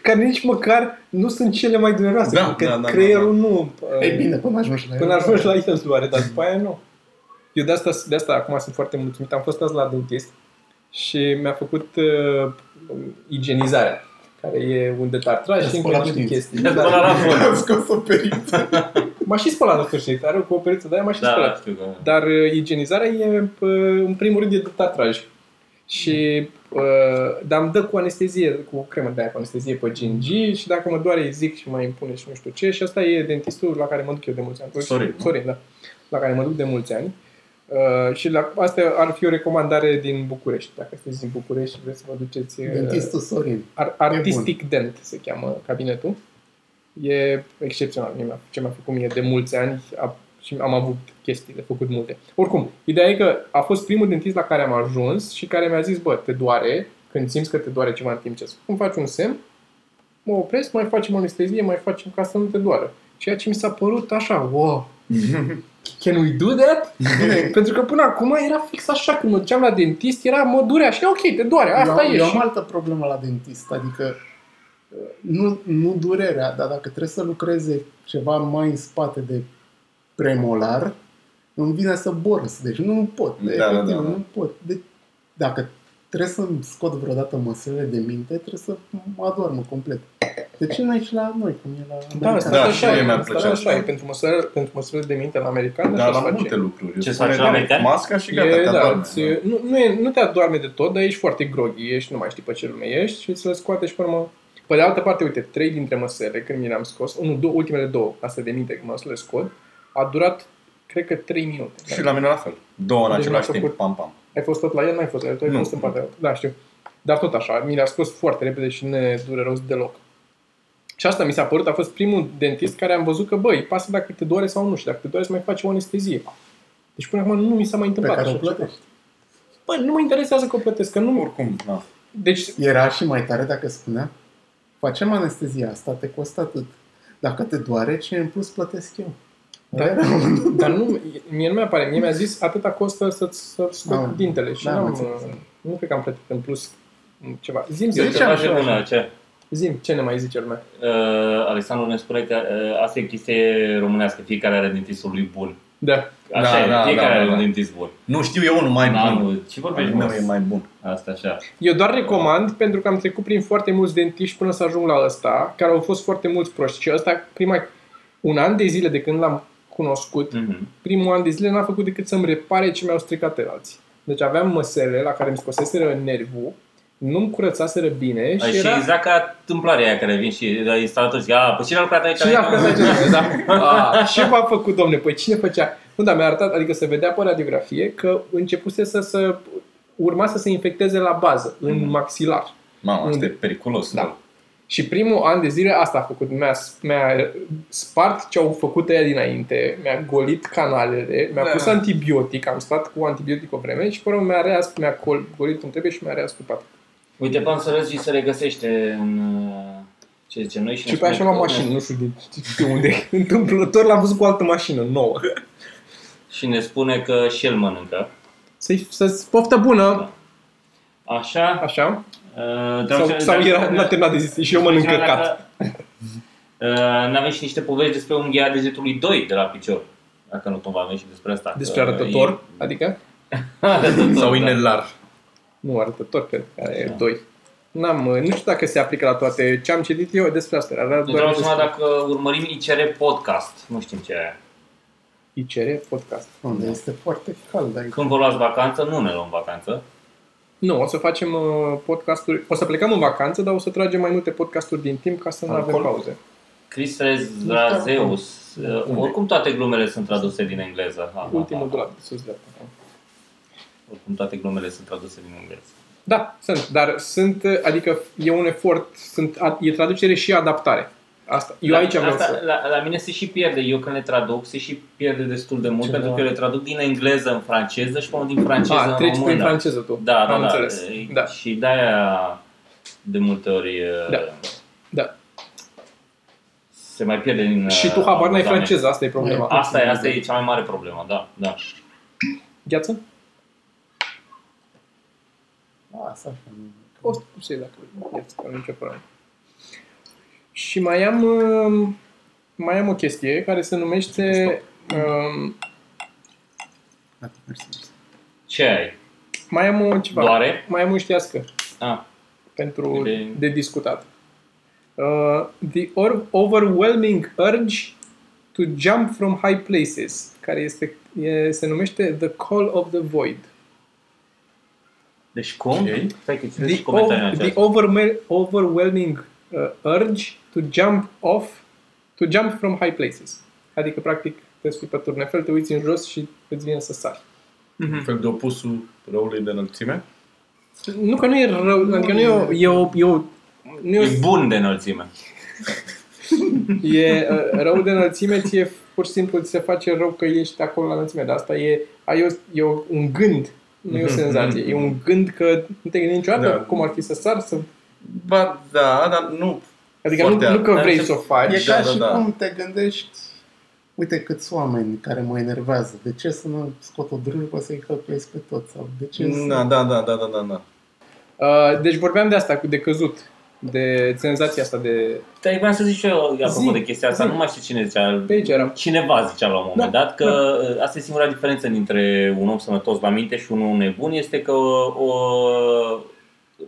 care nici măcar nu sunt cele mai dureroase,
Da,
pentru că
da, da, da,
creierul nu... uh,
Ei bine, Păi, până ajungi la
Până
el.
ajungi la el doare, dar după aia nu. Eu de asta, de asta acum sunt foarte mulțumit. Am fost azi la dentist și mi-a făcut uh, igienizarea, care e un detartraj
Te-a
și încă
spălat
niște
pe dinți.
chestii.
Te-a
Da.
spălat la fund.
Am scos o periță.
M-a și spălat la sfârșit. Are o operiță de aia, m-a și
Da, da,
spălat.
știu că...
Dar uh, igienizarea e, uh, în primul rând, e detartraj. Și, uh, dar îmi dă cu anestezie, cu cremă de aia cu anestezie pe gingii și dacă mă doare îi zic și mai îmi pune și nu știu ce. Și asta e dentistul la care mă duc eu de mulți ani.
Sorin, nu?
Sorin, da. La care mă duc de mulți ani. Uh, și la, asta ar fi o recomandare din București. Dacă sunteți din București și vreți să vă duceți... uh,
Dentistul Sorin.
Ar- Artistic Dent se cheamă cabinetul. E excepțional. Mie mi-a- Ce mi-a făcut mie de mulți ani a, și am avut chestii de făcut multe. Oricum, ideea e că a fost primul dentist la care am ajuns și care mi-a zis, bă, te doare, când simți că te doare ceva în timp ce îmi faci un semn, mă opresc, mai facem anestezie, mai facem ca să nu te doară. Ceea ce mi s-a părut așa, wow, can we do that? Pentru că până acum era fix așa, când mă duceam la dentist, era, mă durea și ok, te doare, asta
eu,
e.
eu
și-
am altă problemă la dentist, adică nu, nu durerea, dar dacă trebuie să lucreze ceva mai în spate de premolar, îmi vine să borăs, deci nu pot,
Da,
da,
da,
efectiv, da,
da, da.
nu pot. De, dacă trebuie să-mi scot vreodată măsele de minte, trebuie să mă adormă complet. De ce nu ești la noi, cum e la
Da,
americani?
asta
Da,
da,
și
așa,
mie
e,
mi-ar
asta
plăcea
așa e.
asta.
Pentru măsură, pentru măsură de minte la american,
Da,
așa
la
se
multe
face.
lucruri.
Ce
Îți
să faci
pune
la american?
Masca și gata,
E,
te
da,
adorme.
îți, nu, nu, e, nu te adorme de tot, dar ești foarte groggy, ești, nu mai știi pe ce lume ești și ți le scoate și pe urmă... Pe de altă parte, uite, trei dintre măsele, când mi le-am scos, unul, două, ultimele două, astea de minte, când mă să le scot, a durat, cred că, trei minute.
Și la mine la fel. Două în
Deci
același
mi-a
timp.
făcut-
Pam, pam.
Ai fost tot la el, n-ai fost la el, tu ai
Nu.
fost în partea altă. Da, știu. Dar tot așa, mi le-a scos foarte repede și nedureros deloc. Și asta mi s-a părut, a fost primul dentist care am văzut că, băi, pasă dacă te doare sau nu și dacă te doare să mai faci o anestezie. Deci până acum nu mi s-a mai
Pe
întâmplat.
care o
așa ceva.
plătești.
Bă, nu mă interesează că o plătesc, că nu...
Oricum, da.
Deci,
Era și mai tare dacă spunea, facem anestezia asta, te costă atât. Dacă te doare, ce în plus plătesc eu?
dar,
Era un-
dar nu, mie nu mi-apare, mie mi-a zis atâta costă să-ți să scot
Da.
dintele și
Da, am
n-am,
înțeles.
uh, nu cred că am plătit în plus uh, ceva. Zim,
Eu
zim,
Deci
ce
am
face
și eu
bună,
așa.
ce?
zim, ce ne mai zice lumea?
Uh, Alexandru ne spune că uh, asta e chestie românească, fiecare are dentistul lui bun.
Da.
Așa
Da,
e,
da,
fiecare
da, da,
are
da.
un dentist bun.
Nu, știu eu unul mai
Da,
bun.
nu, ce vorbești
Al meu e
mă?
mai bun.
Asta așa.
Eu doar recomand pentru că am trecut prin foarte mulți dentiști până să ajung la ăsta, care au fost foarte mulți proști. Și ăsta, prima, un an de zile de când l-am cunoscut,
Mhm.
primul an de zile n-a făcut decât să-mi repare ce mi-au stricat pe alții. Deci aveam măsele la care îmi scoseseră nervul, nu-mi curățaseră bine și
Și
era...
exact ca întâmplarea aia care vin și la instalator și a, păi cine a lucrat aici?
Și a fost da. A, ce v-a făcut, domne? Păi cine făcea? Nu, dar mi-a arătat, adică se vedea pe radiografie că începuse să, să urma să se infecteze la bază, în
Mhm.
maxilar.
Mamă, asta
Mm.
e periculos.
Da. Și primul an de zile asta a făcut. Mi-a, mi-a spart ce au făcut ea dinainte, mi-a golit canalele, mi-a
Da.
pus antibiotic, am stat cu antibiotic o vreme și pe urmă mi-a, reas, mi-a col, golit cum trebuie și mi-a reascupat.
Uite, Pan Sărăzi se regăsește în uh, ce zicem noi și ne
Și pe aia și-am
spune
luat
că-
mașină, nu știu de, de unde. Întâmplător l-am văzut cu altă mașină, nouă.
Și ne spune că și el mănâncă.
Să-i, să-ți poftă bună!
Așa.
Așa?
Uh,
Sau,
dar-
sau
dar-
era, n-a terminat de zis și eu mănânc
Dar
căcat.
dacă- Uh, N-avem și niște povești despre unghia degetului 2 de la picior. Dacă nu cumva avem și despre asta.
Despre
că
arătător,
e-
adică?
Arătător,
Sau
da.
inelar.
Nu, arătător, cred că are
Da.
doi. N-am, uh, nu știu dacă se aplică la toate. Ce am citit eu despre asta era doar
Nu Deci, vreau
despre
să dacă urmărim ICR Podcast. Nu știm ce e.
ICR podcast.
Unde este foarte cald aici.
Când vă luați vacanță, nu ne luăm vacanță.
Nu, o să facem uh, podcasturi, o să plecăm în vacanță, dar o să tragem mai multe podcasturi din timp ca să nu avem
Alcool?
pauze.
Chris Razeus. Oricum toate glumele sunt traduse din engleză. Ha, ha, ha.
Ultimul de la de sus dreapta.
Oricum toate glumele sunt traduse din engleză.
Da, sunt, dar sunt, uh, adică e un efort, sunt, a- e traducere și adaptare. Asta, eu aici
la,
vreau
Da, asta,
să...
la, la mine se și pierde. Eu când le traduc, se și pierde destul de mult,
Ce
pentru
da.
că eu le traduc din engleză în franceză și pe din franceză
A,
în
Ah, treci
română.
prin franceză tu.
Da, da,
am
da.
înțeles.
E-
Da,
Și de-aia de multe ori uh,
Da. da.
se mai pierde din... uh,
Și tu habar n-ai
abordare.
franceză, asta e problema.
Asta e, asta e cea mai mare problemă, da, da.
Gheață?
A, să așa. nu-
O să pui să-i dacă vrei. Gheață, că nu e nicio problemă. Și mai am, um, mai am o chestie care se numește... um,
Da, mersi, mersi.
Ce ai?
Mai am o ceva.
Doare?
Mai am o știască
Ah,
pentru de,
De-
de discutat. Uh, the or- overwhelming urge to jump from high places, care este, e, se numește The Call of the Void.
deci cum?
Ok.
Stai că ți
The,
și comentariul
ov- the
acesta.
overme- overwhelming uh, urge to jump off, to jump from high places. Adică, practic, te spui pe turnefel, te uiți în jos și îți vine să sari.
Un fel de opusul răului de înălțime.
Nu că nu e rău, adică nu e o, e o, e o nu e o
E bun de înălțime.
E uh, rău de înălțime, ție pur și simplu ți se face rău că ești acolo la înălțime, dar asta e, ai o, e o, un gând, nu e o senzație, e un gând că nu te gândi niciodată da.
Da.
cum ar fi să sar, să...
Ba da, dar nu.
adică nu,
Foarte
nu că
ar-
vrei
ar-
să o faci.
E
Da,
ca
da,
și
da.
cum te gândești, uite câți oameni care mă enervează, de ce să nu scot o drâmbă să-i hăpesc pe toți? Sau de ce să...
Na, da, da, da, da, da, da.
Uh, deci vorbeam de asta, cu de căzut, de senzația asta de...
Dar vreau să zic și eu, apropo
Zi,
de chestia asta,
zi.
nu mai știu cine zicea,
Pe aici eram.
cineva zicea la un moment
Da,
dat că uh, asta e singura diferență dintre un om sănătos la minte și unul nebun, este că o,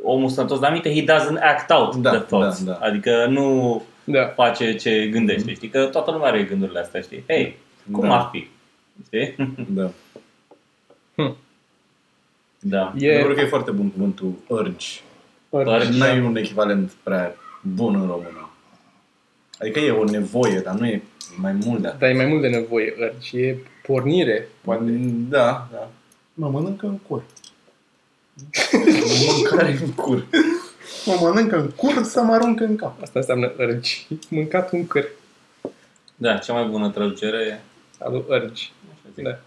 omul sănătos la minte, he doesn't act out
Da,
the thoughts.
da, da.
Adică nu
Da.
face ce gândește, știi? Că toată lumea are gândurile astea, știi? Hei, cum
Da.
ar fi? Știi?
da.
Da.
E-
Eu cred că e foarte bun cuvântul urge.
Doar-
Nu ai un echivalent prea bun în română. Adică e o nevoie, dar nu e mai mult de atât.
Dar e mai mult de nevoie, urge, e pornire, poate.
Da, da.
Mă mănâncă în cur.
Mâncare în cur.
Mă mănâncă în cur să mă arunc în cap.
Asta înseamnă urge. Mâncat un căr,
Da, cea mai bună traducere,
al lui urge.
așa zic,
Da.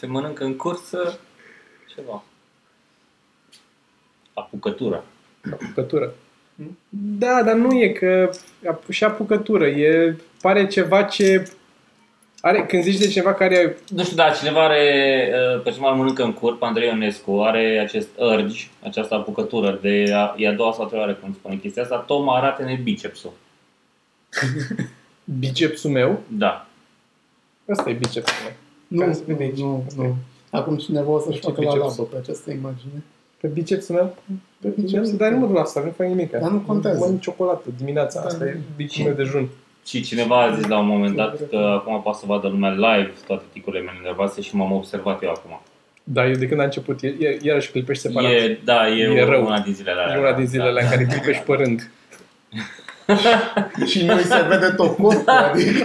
te mănâncă în cursă ceva. Apucătura.
apucătură. Da, dar nu e că ap- și apucătură. E, pare ceva ce are, când zici de ceva care
Nu știu, da, cineva are, uh, personal mănâncă în curp, Andrei Ionescu, are acest urge, această apucătură de, a, e a doua sau a treia oară când spune chestia asta, Toma arată-ne bicepsul.
bicepsul meu,
Da.
ăsta e bicepsul meu.
Nu,
Care se
nu,
vede aici.
nu,
Asta e.
nu. Acum cineva o să-și
Deci,
facă la
biceps.
labă pe această imagine.
Pe bicepsul meu?
Pe
Bicepsul dar nu mă duc la asta, nu fac nimic.
Dar nu contează.
Mănânc ciocolată dimineața,
Da.
asta e bicepsul meu dejun.
Și cineva a zis la un moment dat că acum poate să vadă lumea live toate ticurile mele nervoase și m-am observat eu acum.
Da, eu de când a început, e, e, iarăși clipești separat. E,
E, da, e,
E
e
rău.
una din zilele alea. Da.
e una din zilele în care clipești pe rând.
Și nu-i se vede tot corpul, adică...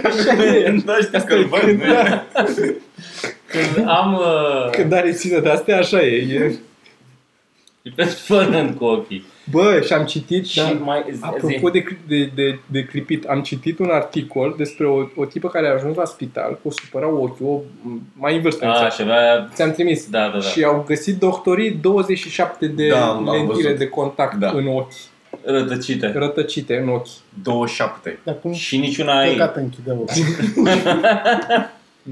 Da, știi că îl văd. nu e?
Când am... Uh,
Când are țină de astea, așa e. e...
Clipesc părând cu ochii.
Bă, și am
Da.
citit și
Și mai zi,
Da. Apropo de, cli- de, de, de clipit, am citit un articol despre o, o tipă care a ajuns la spital cu o supăra ochiul, o, mai în vârstă.
A,
A,
și avea...
Ți-am trimis.
Da, da, da.
Și au găsit doctorii 27 de
Da, am- am
lentile
văzut.
de contact
Da.
în ochi,
Rătăcite.
rătăcite în ochi.
27.
Dar cum
Și niciuna ei.
păcat închide ochii.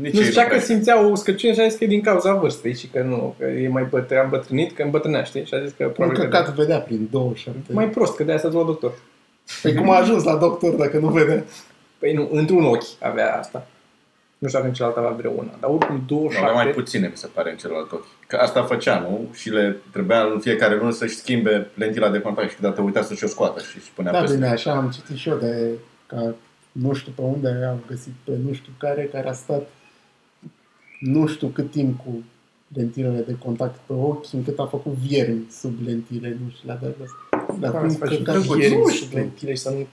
Nici
Nu
ei
știa
prea.
că simțea o scăciune și a zis că e din cauza vârstei și că nu, că e mai bătă, am bătrânit, că îmbătrânea, știi? Și a zis că
Un
probabil că da.
căcat vedea prin 27.
mai prost, că de asta la doctor.
Păi cum a ajuns la doctor dacă nu vedea?
Păi nu, într-un ochi avea asta. Nu știu dacă în celălalt avea vreo una, dar oricum
Nu, avea
27.
mai puține, mi se pare, în celălalt ochi. Că asta făcea, nu? Și le trebuia în fiecare lună să-și schimbe lentila de contact și câteodată uita să-și o scoată și își punea
Da,
peste.
bine, așa am citit și eu de ca nu știu pe unde am găsit pe nu știu care, care a stat nu știu cât timp cu lentilele de contact pe ochi, încât a făcut viermi sub lentile, nu știu la dar Dar
Cum
cum
să faci
că,
un
viermi
viermi
sub
și
lentile.
lentile și să nu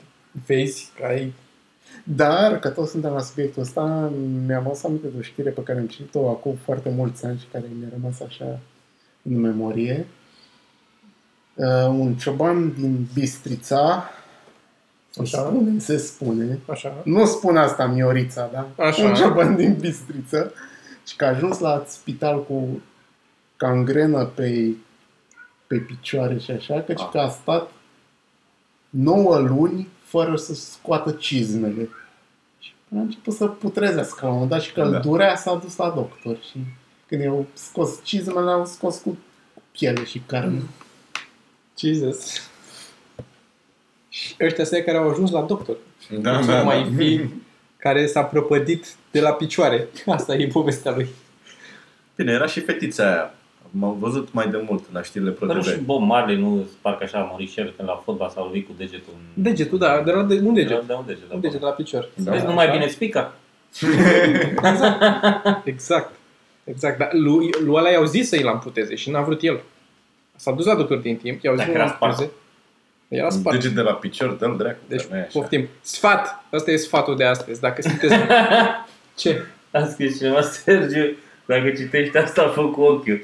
vezi că ai...
Dar, că tot suntem la subiectul ăsta, mi-am adus aminte de o știre pe care am citit-o acum foarte mulți ani și care mi-a rămas așa în memorie. Uh, un cioban din Bistrița, se
Așa.
spune, se spune,
Așa.
nu spun asta Miorița, da?
Așa.
Un cioban din Bistriță și că a ajuns la spital cu cangrenă pe, pe picioare și așa, căci
Ah.
că a stat 9 luni fără să scoată cizmele. Și a început să putreze scaunul, dar și că
Da.
îl durea s-a dus la doctor și când i-au scos cizmele, au scos cu piele și carne.
Jesus. Și ăștia sunt care au ajuns la doctor.
Da,
Cel
da,
mai
da.
fi care s-a prăpădit de la picioare. Asta e povestea lui.
Bine, era și fetița aia. M-am văzut mai de mult la știrile pro
Dar
TV.
și Bob Marley nu parcă așa a murit și el când la fotbal s-a lovit cu degetul. în-
Degetul, da, de la de, un
De la,
deget.
de un deget, da,
Un deget de la picior.
Da.
Vezi, nu mai bine spica.
Exact. Exact, dar lui, lui ăla i-au zis să-i l'amputeze și n-a vrut el. S-a dus la doctor din timp, i-au zis
Dacă
să-l
era spart.
amputeze. Era
Un
spart.
Deget de la picior, dă-l dracu.
Deci,
femeia, Da, așa.
poftim. Sfat! Asta e sfatul de astăzi. Dacă sunteți... Ce?
A scris cineva, Sergiu, dacă citești asta, fă cu ochiul.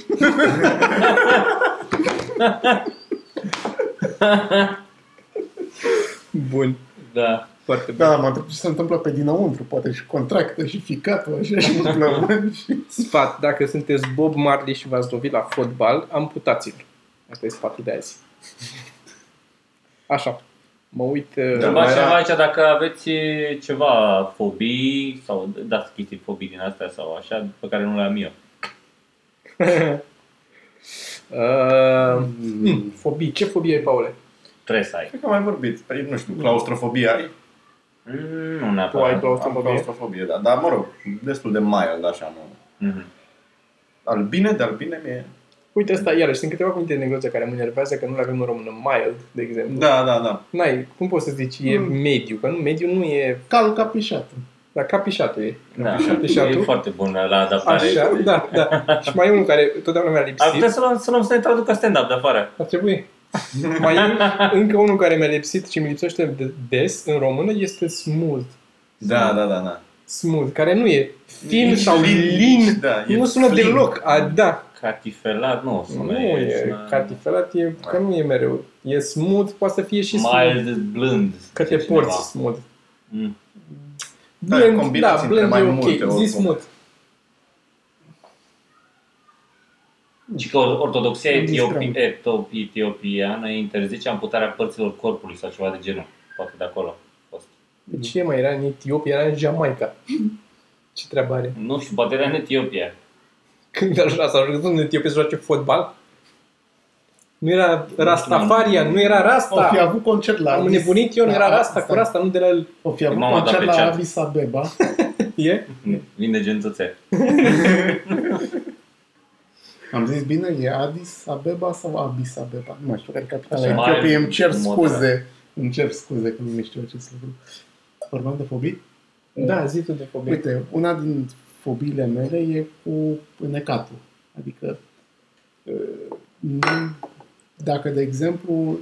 Bun.
Da.
Foarte bun.
Da, mă întreb ce se întâmplă pe dinăuntru, poate și contractă și ficatul așa și plămân și...
Sfat. Dacă sunteți Bob Marley și v-ați lovit la fotbal, amputați-l. Asta e sfatul de azi. Așa. Mă uit... uh,
Da,
Întreba
mai
cineva
era-
aici dacă aveți e, ceva fobii sau dați chestii fobii din astea sau așa, pe care nu le am eu.
Uh, hmm, fobii. Ce fobie ai, Paule?
Trebuie să ai.
Cred că am mai vorbit. Păi, nu știu, claustrofobia ai?
Mm, nu
Tu ai
neapărat.
Am
claustrofobie?
claustrofobie, da. Dar, mă rog, destul de mild, așa, nu.
Mhm.
Albine, de albine mi-e...
Uite asta, iarăși, sunt câteva cuvinte din engleză care mă enervează că nu le avem în română. Mild, de exemplu.
Da, Hmm. da, da.
N-ai, cum poți să zici, e
Mm.
mediu, că nu, mediu nu e,
Cal ca pișatul.
dar ca pișatul e.
Da.
Și
E
atunci?
foarte bun la la adaptare.
Așa, da, da. Și mai e unul care totdeauna mi-a
Ar
lipsit.
putea să luăm, să luăm să ne traducă stand-up de afară.
Ar trebui. Mai e încă unul care mi-a lipsit și mi lipsește de- des în română este smooth.
Da, da, da, da.
Smooth, care nu e fin
Lin-
sau
lin-
lin.
da, e
Nu sună
flin.
deloc. A, da.
Catifelat, nu o să
Nu
mai
e
sună-
catifelat, e, că nu e mereu. E smooth, poate să fie și smooth.
Mild, blând.
Că te
zice cineva.
porți smooth.
Mm.
Da, e
Blend,
combinație
da,
între
blend
mai
e
multe,
ok. Zi
oricum.
smooth. Mm.
Și că ortodoxia
Îmi distram.
etiopi, etop, etiopiană interzice amputarea părților corpului sau ceva de genul. Poate de acolo. a fost.
De ce mai era în Etiopia? Era în Jamaica. Ce treabă are?
Nu știu, poate era în Etiopia.
Când a ajuns, a ajuns în Etiopia să joace fotbal? Nu era Rastafaria, nu era
O fi
Rasta.
avut concert la...
Am
Addis-
nebunit eu, nu
la-
era Rasta cu
stai.
Rasta, nu de la...
O fi avut
Mama, da,
concert
pe
la
chat.
Addis Abeba.
E?
Vinde gențățe.
Am zis bine, e Addis Abeba sau Abis Abeba? Nu mai știu care e capitala
Mai
Etiopiei. Îmi cer
moderat.
scuze. Îmi cer scuze că nu mi știu acest lucru. Vorbeam de fobii?
Da, zi tu de fobie.
Uite, una din fobiile mele e cu înecatul. Adică, uh, nu- dacă, de exemplu,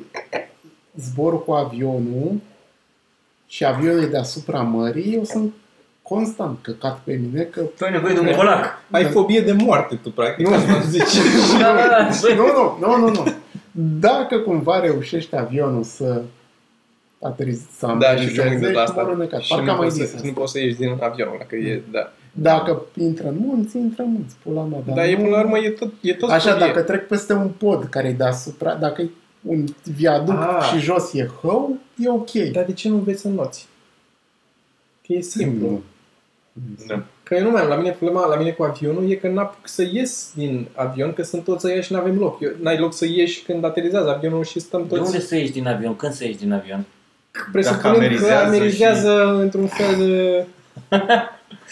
zbor cu avionul și avionul e deasupra mării, eu sunt constant căcat pe mine că...
Tu ai nevoie de un colac.
Ai fobie de moarte tu, practic. Da. Nu, asta zici.
Da, da, da.
Nu, nu, nu, nu, nu. Dacă cumva reușește avionul să ateriz, să
Da, și eu mă
amerizeze,
gândesc la
și mor în
asta.
necat.
Și
Parcă
nu
am mai
poți,
zis
să,
asta.
nu poți să ieși din avion, dacă e, da.
Dacă intră în munți, intră în munți, pula mea.
Dar Da, e,
nu-
până la urmă, e tot, e tot
Așa,
fobie.
dacă trec peste un pod care e deasupra, dacă e un viaduct
Ah.
și jos e hău, e ok.
Dar de ce nu înveți să noți? Că e simplu.
Nu.
Da.
Că eu nu mai am. La mine problema la mine cu avionul e că n-apuc să ies din avion, că sunt toți ăia și n-avem loc. Eu, n-ai loc să ieși când aterizează avionul și stăm
De unde
toți
să ieși din avion? Când să ieși din avion?
presupunând că
amerizează
amerizează într-un fel de...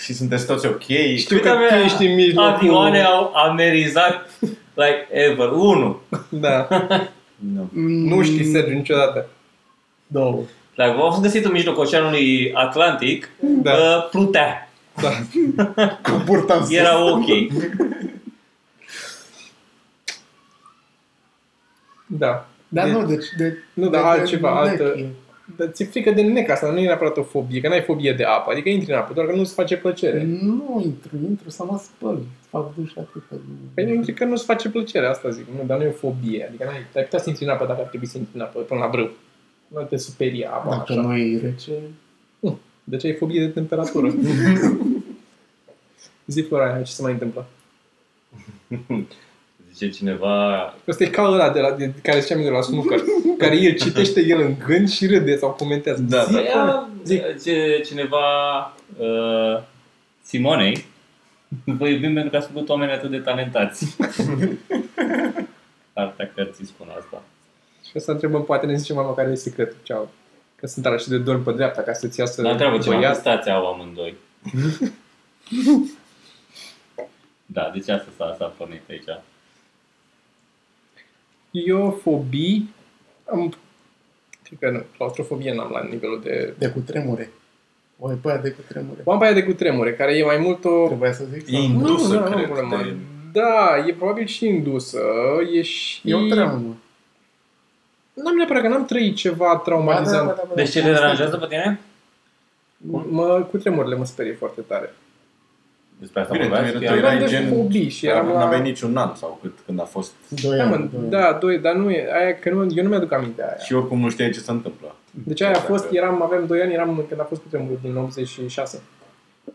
Și sunteți toți ok. Știu.
Știu că tu ești în mijlocul...
Avioane au amerizat like ever. Unu.
Da.
Nu.
Mm,
Nu știi, Sergiu, niciodată. Două.
Dacă v-am găsit în mijlocul Oceanului Atlantic,
Da.
uh, plutea.
Da.
Cu burta în sus.
Era ok.
Da.
Dar
E-
nu, deci de...
Nu,
de,
dar
de
altceva,
nec
altă...
e.
Dar ți-e frică de nec asta, nu e neapărat o fobie, că n-ai fobie de apă, adică intri în apă, doar că nu-ți face plăcere.
Nu intru, intru să mă spăl. Fac duș la atât.
Păi eu cred că nu-ți face plăcere, asta zic, nu, dar nu e o fobie, adică n-ai, ai putea să intri în apă dacă ar trebui să intri în apă, până la brâu. Nu te speria apa,
Dacă
așa.
nu e rece,
De ce ai fobie de temperatură? Zi, Floraia, ce se mai întâmplă?
Zice cineva,
Ăsta e ca ăla de la, de, care ziceam eu de la snooker, care el citește el în gând și râde sau comentează.
Da,
Zi,
da.
ia, zic,
zice cineva uh, Simonei, vă iubim pentru că ați făcut oameni atât de talentați. Ar putea că ți spun asta.
Și o să întrebăm, poate ne zice mama care e secretul. Ceau. Că sunt ala și de dorm pe dreapta ca să-ți iasă
Da,
Dar întreabă ce mai
băiat.
prestați au amândoi. da, deci asta s-a, s-a pornit aici.
Eu fobii am... Cred că nu, claustrofobie n-am la nivelul de...
de cu tremure. O e băia de cu tremure.
Am pe aia de cutremure, care e mai mult o...
Trebuia să zic?
E
sau?
indusă,
nu, nu,
cred.
am problema.
de-
Da, e probabil și indusă, e și...
Eu tremur.
N-am neapărat că n-am trăit ceva traumatizant.
Ba da, ba da, ba da.
Deci ce te deranjează pe tine?
Mă, cu tremurile mă sperie foarte tare.
Despre asta
Bine, tu
vorbeați?
erai-
Chiar-
tu erai-
Aveam de
gen-
fobii și
Dar
eram
nu aveai
la...
niciun an sau cât când a fost.
Doi
Da, mă,
ani. doi ani.
da, doi, dar nu e, aia, că nu, eu nu mi-aduc aminte aia.
Și oricum nu știai ce se întâmplă.
Deci aia a
Exact.
fost, eram, aveam 2 ani, eram când a fost cutremurul din 86.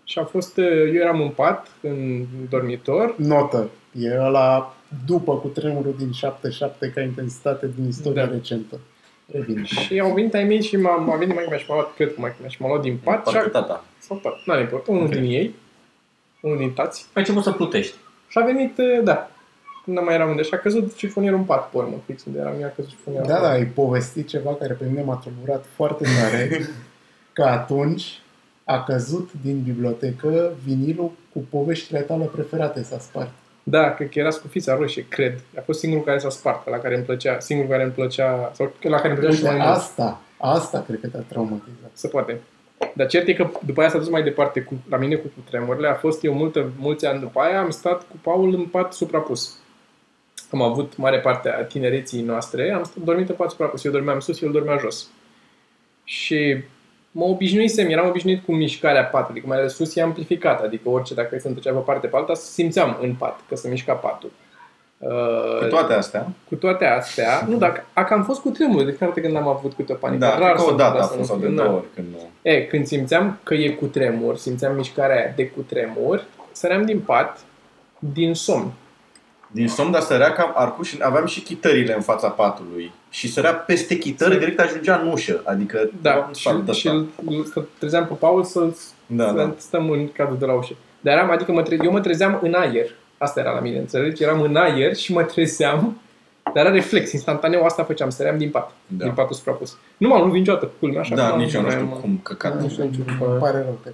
Și a fost, eu eram în pat, în dormitor.
Notă. E ăla după cu tremurul din 77 ca intensitate din istoria
Da.
recentă. Revin.
Și au venit ai mei și m-a, m-a venit mai și m-a luat, cred că mai și m-a luat din pat și
Parcă
a,
tata.
sau pat, n-a importat, unul din ei, unul din tați.
Ai început Păi să plutești.
Și a venit, da, nu mai eram unde și a căzut șifonierul în pat, pe urmă, fix unde eram, eu a căzut șifonierul
Da,
în
da,
pat.
ai povestit ceva care pe mine m-a tulburat foarte tare, că atunci a căzut din bibliotecă vinilul cu poveștile tale preferate s-a spart.
Da, cred că era scufița roșie, cred. A fost singurul care s-a spart, la care îmi plăcea, singurul care îmi plăcea, sau la care îmi plăcea Da, și
Uite,
mai mult.
Deci asta, asta cred că te-a traumatizat.
Se poate. Dar cert e că după aia s-a dus mai departe cu, la mine cu tremurile. A fost eu multă, mulți ani după aia, am stat cu Paul în pat suprapus. Am avut mare parte a tinereții noastre, am stat, dormit în pat suprapus. Eu dormeam sus, el dormea jos. Și mă obișnuisem, eram obișnuit cu mișcarea patului, cum ales sus e amplificat, adică orice, dacă se întrecea pe parte pe alta, simțeam în pat, că se mișca patul.
Cu
Uh,
toate astea,
cu toate astea, nu, dar a cam fost cu tremur, de fiecare dată când am avut câte o panică.
da, cred că
să
o dată
întâmplă
a
să
fost
nu da. fiu. Na.
sau de două ori când nu.
E, când simțeam că e cu tremur, simțeam mișcarea aia de cu tremur, săream din pat, din somn.
Din somn, dar sărea cam arcuș, aveam și chitările în fața patului. Și sărea peste chitări, direct ajungea în ușă. Adică,
Da,
luam
și,
saltul
și
ăsta.
îl, îl stă- trezeam pe Paul să,
Da,
da, să
da.
da. stăm în cadrul de la ușă. Dar eram, adică mă tre- eu mă trezeam în aer. Asta era la mine, înțelegi? Eram în aer și mă trezeam, dar era reflex, instantaneu asta făceam, săream din pat,
Da.
da. din patul suprapus. Nu m-am lovit niciodată, culmea, așa Da. că
Da,
m-am-
nici eu nu
m-am-
știu cum căcat.
Da, Nu știu,
nici eu.
îmi pare rău că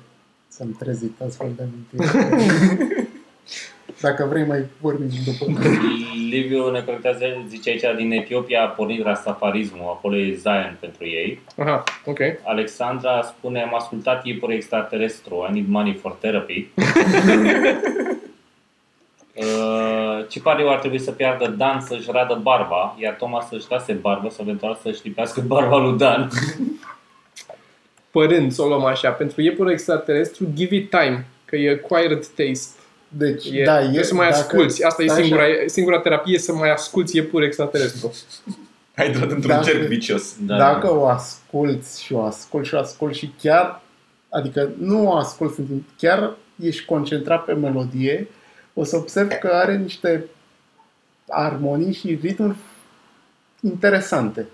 să-mi trezit astfel de amintiri. Dacă vrei mai vorbim după.
Liviu ne contează, zice aici, din Etiopia a pornit rastafarismul, acolo e Zion pentru ei.
Aha, ok.
Alexandra spune, am ascultat iepuri extraterestru, I need money for therapy. Uh, Cipariu ar trebui să piardă Dan să-și radă barba, iar Toma să-și lase barba sau eventual să-și lipească barba lui Dan.
Părând, să o luăm așa, pentru iepură extraterestru, give it time, că e acquired taste.
Deci,
E,
da,
trebuie
e,
să mai
dacă
asculți. Asta e
stai
singura,
așa,
e singura terapie, să mai asculți e pur extraterestru.
Ai intrat într-un
Dacă-
cerc vicios.
Da.
Dacă o asculți și o asculți și o asculți și chiar, adică nu o asculți, în timp, chiar ești concentrat pe melodie, o să observi că are niște armonii și ritmuri interesante.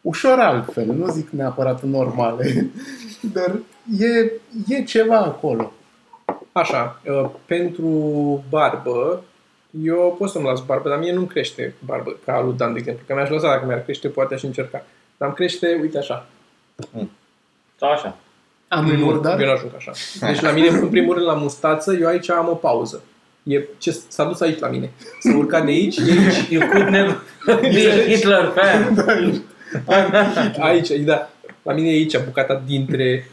Ușor altfel, nu zic neapărat normale, dar e, e ceva acolo.
Așa, uh, pentru barbă, eu pot să-mi las barbă, dar mie nu crește barbă, ca lui Dan, de exemplu. Că mi-aș lăsa dacă mi-ar crește, poate aș încerca. Dar îmi crește, uite așa.
Sau așa.
Am
Eu nu-
murdar?
Eu nu ajung așa. Deci la mine, în primul rând, la mustață, eu aici am o pauză. E ce s- s-a dus aici la mine. S-a urcat de aici, e aici,
You could never be a Hitler fan.
aici, e- da. La mine e aici, bucata dintre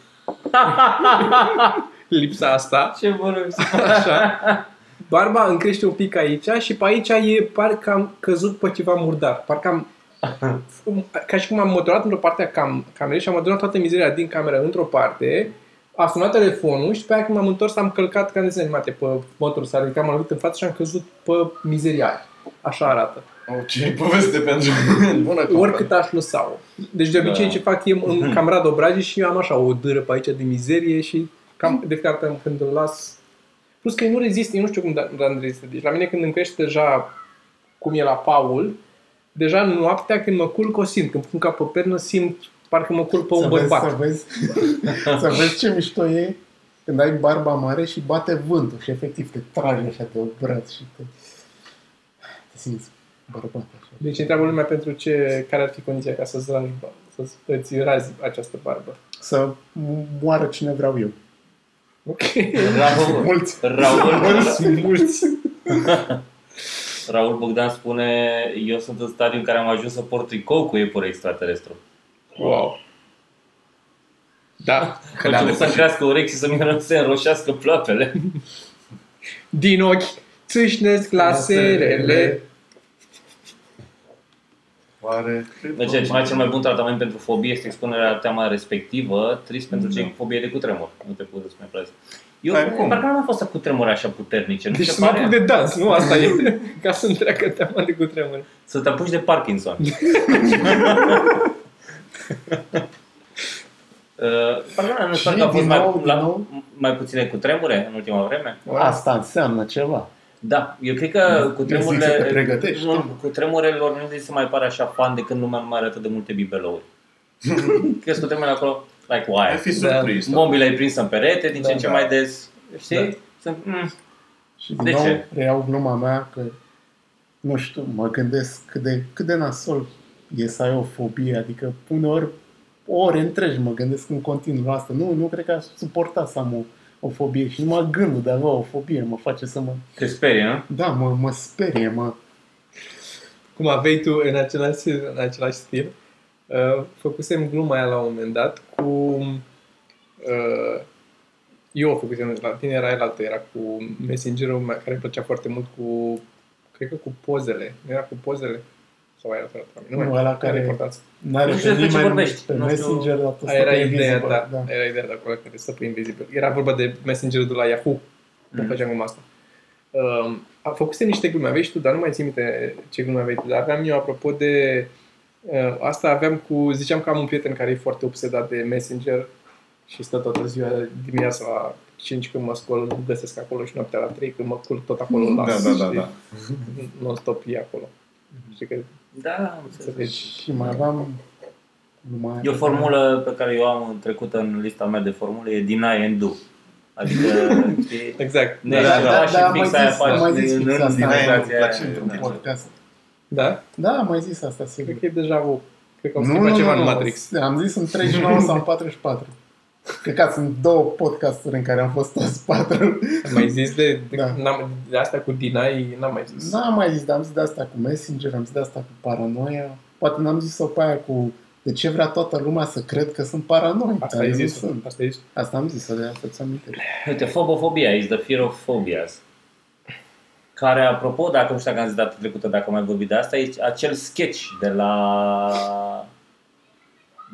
lipsa asta.
Ce vorbești?
Așa. Barba îmi crește un pic aici și pe aici e parcă am căzut pe ceva murdar. Parcă am ca și cum am măturat într-o parte a cam, camerei și am adunat toată mizeria din cameră într-o parte, a sunat telefonul și pe aia când m-am întors am călcat ca în desene animate pe motor, s-a ridicat, m-am lovit în față și am căzut pe mizeria aia. Așa arată.
da.
O, Oh, ce poveste pentru Bună cu
Oricât aș lăsa Deci de obicei
Da.
ce fac eu
Mhm.
îmi cam rad obrajii și eu am așa o dâră pe aici de mizerie și
Mhm.
cam de fiecare dată când îl las. Plus că eu nu rezist, eu nu știu cum Dan Dan rezistă. Deci la mine când îmi crește deja cum e la Paul, deja noaptea când mă culc o simt. Când pun cap pe pernă simt parcă mă culc pe un
să vezi, să
bărbat.
vezi, să vezi ce mișto e când ai barba mare și bate vântul și efectiv te trage așa de braț și te, te simți bărbat așa.
Deci întreabă lumea pentru ce, care ar fi condiția ca să-ți razi, să îți razi această barbă.
Să moară cine vreau eu.
Ok.
Raul,
Mulți.
Raul,
Mulți, mulți.
Raul Bogdan spune Eu sunt în stadiu în care am ajuns să port tricou cu iepure extraterestru.
Wow. Da.
Că
Că
le-am
început să
depășit.
crească urechi și să-mi se înroșească ploapele.
Din ochi țâșnesc laserele.
Oare...
Deci, cineva cel mai bun tratament pentru fobie este expunerea la teama respectivă, trist pentru cei cu fobie de cutremur. Nu te pot spune prea Eu
Hai, cum?
parcă nu am fost să cutremur așa puternice. Nu
Deci
se
să mă
pare?
apuc de dans, nu? Asta e. Ca să întreacă teama de cutremur.
Să te apuci de Parkinson. uh, parcă nu am
Și
spus că a fost
din
mai,
nou, din
la,
nou?
mai puține cutremure în ultima vreme.
Asta înseamnă ceva.
Da, eu cred că cu
Trebuie să te
tremurile
pregătești.
cu tremurelor nu se mai pare așa fan de când lumea nu mai are atât de multe bibelouri. Crezi că tremurele acolo? Like,
Ai
why?
fi surprins. da.
Mobile ai prins în perete din ce
Da,
în ce
da.
mai des.
Da.
Știi? Sunt, mm,
Și din
De
nou
ce?
reiau gluma mea că, nu știu, mă gândesc cât de, cât de nasol e să ai o fobie, adică uneori ore întregi mă gândesc în continuu la asta. Nu, nu cred că aș suporta să am o, o fobie și numai gândul de a avea o fobie mă face să mă...
te sperie, nu?
Da, mă, mă sperie, mă...
Cum aveai tu în același, în același stil, uh, făcusem gluma aia la un moment dat cu... Uh, eu o făcusem la tine, era el altă, era cu messengerul meu, care îmi plăcea foarte mult cu... Cred că cu pozele. Era cu pozele? Sau era altfel la mine?
Nu,
care...
ăla care-
Reportați.
N-are
Nu știu despre ce vorbești.
pe
Nu știu-
Messenger, la tot
Aia era
stai
ideea,
invisibil,
da, Era ideea de acolo, care stă pe invizibil. Era vorba de messengerul de la Yahoo. Nu
Mhm.
făceam gluma asta. Um, a făcuse niște glume, aveai și tu, dar nu mai țin minte ce glume aveai tu, dar aveam eu apropo de... Uh, asta aveam cu... Ziceam că am un prieten care e foarte obsedat de messenger și stă toată ziua dimineața la 5 când mă scol, îl găsesc acolo și noaptea la 3 când mă culc tot acolo îl
Da,
las,
da, da,
știi?
da.
Non-stop e acolo. Știi că
Da, am înțeles.
înțelegi.
Și mai aveam... Numai
da. E o formulă pe care eu am trecută în lista mea de formule, e deny and do. Adică, știi,
Exact.
ne
Da,
da,
da,
și
da,
fix
mai
aia
zis-
faci.
mai zis
în-
fix
în
asta.
dinaia
Da, e un
aia.
placent
Da.
într-un
Podcast.
Da?
Da, am mai zis asta, sigur.
Cred că e deja o... Cred că am schimbat ceva în Matrix.
Am zis în 39 sau în 44. Cred că sunt două podcasturi în care am fost toți patru.
Am Mai zis de, de,
Da.
n-am, de astea cu Dinai, n-am mai zis.
N-am mai zis, dar am zis de asta cu Messenger, am zis de asta cu paranoia. Poate n-am zis-o pe aia cu de ce vrea toată lumea să cred că sunt paranoic.
Asta
dar
ai
eu nu
zis,
sunt.
asta ai zis.
Asta am zis-o, de asta ți-am amintit.
Uite, fobofobia is the fear of phobias. Care, apropo, dacă nu știu dacă am zis data trecută, dacă am mai vorbit de asta, e acel sketch de la...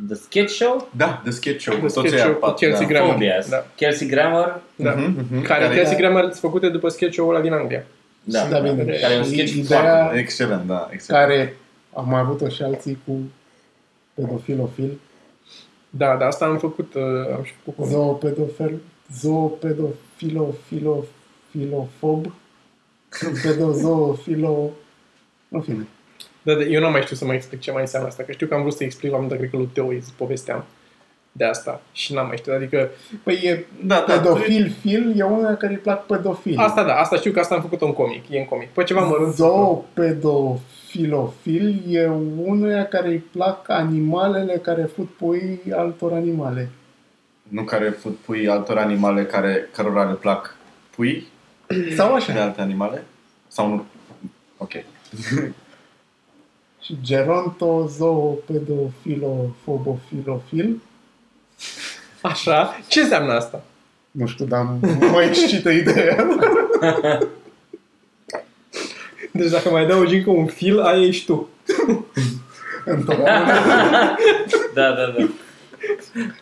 The Sketch Show?
Da, The Sketch Show.
The
Toți
Sketch
aia
Show cu
pat,
Chelsea
da.
Grammer.
Phobias.
Da.
Kelsey Grammer?
Da.
Mhm, mhm.
Care,
Care-
care Kelsey Grammer făcute după sketch-ul ăla din Anglia.
Da.
Da, bine.
Care e un
Și
sketch
ideea-
foarte bun.
Excelent, da, excelent.
Care am mai avut-o și alții cu pedofilofil,
Da, da, asta am făcut, uh, am și făcut cu
zoopedofil, zoopedofilofilofilofob, pedozoofilo... În fine.
da, da, eu n-am mai știut să mai explic ce mai înseamnă asta, că știu că am vrut să explic la un moment dat, cred că lui Teo îi povesteam de asta și n-am mai știut, adică
Păi e
Da, da,
pedofil, fil, e unul care îi plac pedofil.
asta da, asta știu că asta am făcut un comic, e în comic, pe ceva mărunt.
Zoopedofilofil e unul care îi plac animalele care fut pui altor animale.
Nu care fut pui altor animale care, cărora le plac pui
Sau
Da.
de
așa.
alte animale? Sau nu? Ok.
Și gerontozoopedophilofobofilofil.
Așa? Ce înseamnă asta?
Nu știu, dar mă excită ideea.
Deci dacă mai adaugi încă un fil, aia ești tu.
Întotdeauna.
Da, da, da.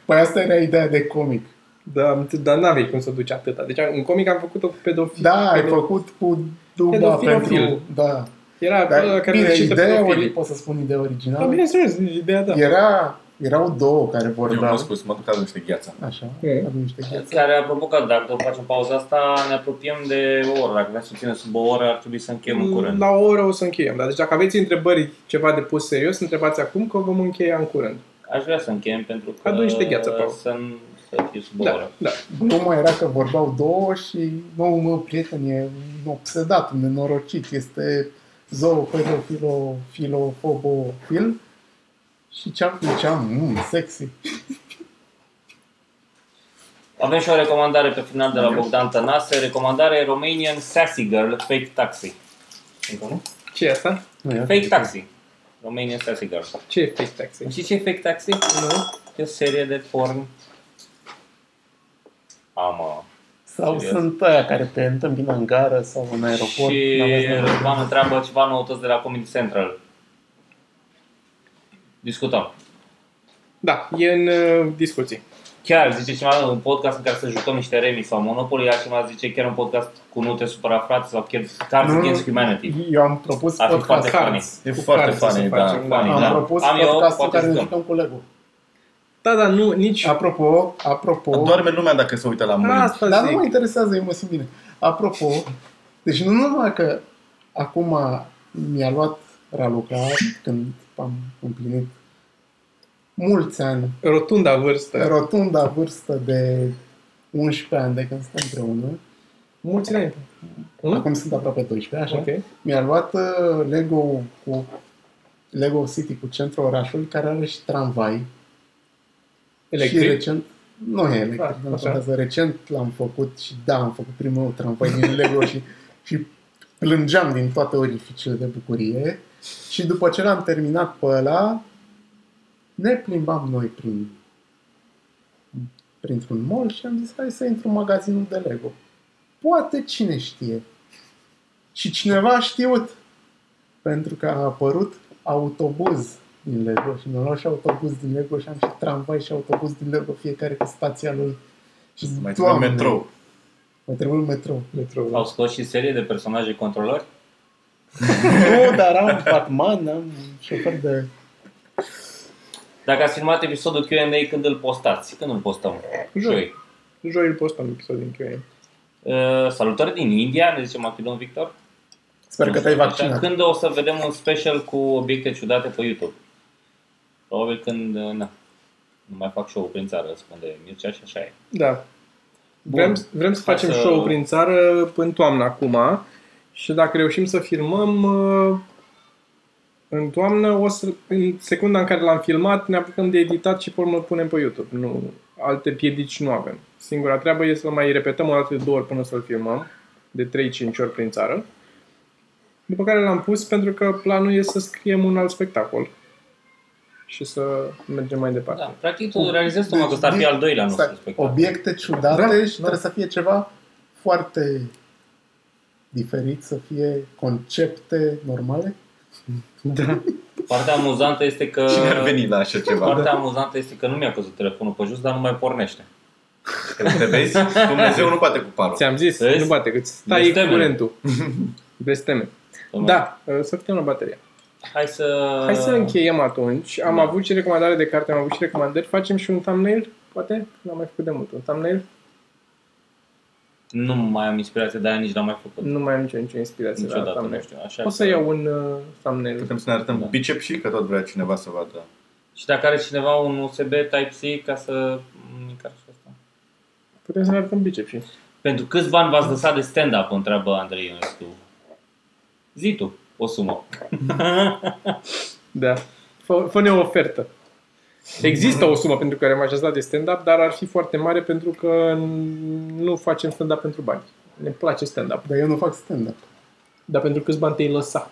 Păi asta era ideea de comic.
Da, am înțeles, dar n-avei cum să duci atâta. Deci în comic am făcut-o cu pedofil.
Da, ai
pedo-
făcut cu duba
Pedofilofil.
pentru... Da.
Era ăla
Dar,
care
bine,
recită
ideea,
pedofilii.
ori, pot să spun ideea
Da,
originală.
bineînțeles, ideea da.
Era, erau două care
Da.
Eu m-am
vorbeau.
spus, mă duc niște gheața.
Așa,
Ok.
avem niște gheață.
Care, apropo, că dacă facem pauza asta, ne apropiem de o oră. Dacă vreți să ținem sub o oră, ar trebui să încheiem în curând.
Mm, La o oră o să încheiem. Dar deci dacă aveți întrebări, ceva de pus serios, întrebați acum că vom încheia în curând.
Aș vrea să încheiem pentru că...
Adu niște gheață, Paul.
Să, să fie sub o
Da,
oră.
da.
Gluma era că vorbeau două și nou meu prieten e un obsedat, un nenorocit, este zoofilofilofobofil și ce-am făceam, mm, sexy.
Avem și o recomandare pe final de la Bogdan Tănase. Recomandare Romanian Sassy Girl Fake Taxi. Încă nu?
ce e asta?
Fake Taxi. Romanian Sassy Girl.
Ce e Deci, fake taxi?
Știi ce e Fake Taxi? Nu. E o serie de porn. Amă.
Sau
Serios.
sunt aia care te întâmpină în gară sau în aeroport.
Și
n-aveți nevoie.
Răzvan întreabă ceva noutăți de la Comedy Central. Discutăm.
Da, e în uh, discuții.
Chiar zice cineva un podcast în care să jucăm niște remi sau Monopoly, altcineva zice chiar un podcast cu nu te supăra frate sau chiar Cards
Nu, nu,
Against Humanity.
Eu am propus
Ar fi
podcast.
foarte funny.
Cards.
E
Cu
foarte
cards o să
funny, da,
facem,
funny.
Am
Da.
propus
Am eu,
podcastul
poate
care ne
jucăm.
jucăm cu Lego.
Da, da, nu, nici...
Apropo,
Oh.
apropo,
Doarme lumea dacă se uită la mâini.
Asta
Dar
zic.
nu mă interesează, eu mă simt bine. Apropo, deci nu numai că acum mi-a luat Raluca când am împlinit mulți ani,
Rotunda vârstă.
rotunda vârstă de 11 ani de când suntem împreună,
Mulți înainte.
acum sunt aproape 12, așa,
Hm? Ok.
mi-a luat uh, Lego cu Lego City cu centrul orașului, care are și tramvai. Și
Electric.
recent, nu e electric,
Ah,
nu
așa.
contează. Recent l-am făcut și da, am făcut primul tramvai din Lego și, și plângeam din toate orificiile de bucurie. Și după ce l-am terminat pe ăla, ne plimbam noi prin, printr-un mall și am zis, hai să intru în magazinul de Lego. Poate cine știe. Și cineva a știut. Pentru că a apărut autobuz din Lego și mi-a luat și autobuz din Lego și am și tramvai și autobuz din Lego, fiecare cu stația lui. Și
Mai trebuie
Doamne,
metrou.
Mai trebuie un metrou.
Metrou.
Au scos și serie de personaje controlori.
Nu, dar am Batman, am
Șofer de...
Dacă ați filmat episodul Q&A, când îl postați? Când îl postăm? Joi.
Joi îl postăm episodul din Q&A.
Uh, salutări din India, ne zice Macedon Victor.
Sper că te-ai
Așa,
vaccinat.
Când o să vedem un special cu obiecte ciudate pe YouTube? Probabil când, uh, na, nu mai fac show prin țară, spune Mircea și așa e.
Da. Vrem, vrem să
Hai
facem
să-
show prin țară până în toamnă acum și dacă reușim să filmăm uh, în toamnă, o să, în secunda în care l-am filmat, ne apucăm de editat și pe urmă îl punem pe YouTube. Nu, alte piedici nu avem. Singura treabă e să mai repetăm o dată de două ori până să-l filmăm, de 3-5 ori prin țară. După care l-am pus pentru că planul e să scriem un alt spectacol și să mergem mai departe.
Da, practic
Oh,
tu
deci
realizezi tocmai că ăsta ar fi al doilea nostru
exact.
Stai,
spectacol.
Obiecte ciudate
Da,
și trebuie să fie ceva foarte diferit, să fie concepte normale.
Partea amuzantă este că...
Cine ar veni la așa ceva?
Partea amuzantă este că nu mi-a căzut telefonul pe jos, dar nu mai pornește.
Te vezi? Dumnezeu nu poate cu parul.
Ți-am zis,
Vezi?
nu bate, că îți stai
Blesteme.
curentul. Blesteme. Da, să putem la bateria.
Hai să...
Hai să încheiem atunci. Am
Ah. Da.
avut și recomandare de carte, am avut și recomandări. Facem și un thumbnail, poate? L-am mai făcut de mult. Un thumbnail?
Nu mai am inspirație, de aia nici n-am mai făcut.
Nu mai am nicio, nicio inspirație la
Niciodată, nu
thumbnail.
știu. Așa
O să
că-
iau un uh, thumbnail.
Putem să ne
Da.
arătăm bicep și că tot vrea cineva să vadă.
Și dacă are cineva un USB Type-C ca să îmi încarc și asta.
Putem să ne arătăm bicep și...
Pentru câți bani v-ați lăsat de stand-up, întreabă Andrei Ionescu. Zi tu, o sumă.
Da. Fă, fă-ne o ofertă. Există o sumă pentru care m-aș lăsa de stand-up, dar ar fi foarte mare pentru că nu facem stand-up pentru bani. Ne place stand-up.
Dar eu nu fac stand-up.
Dar pentru câți bani te-ai lăsa?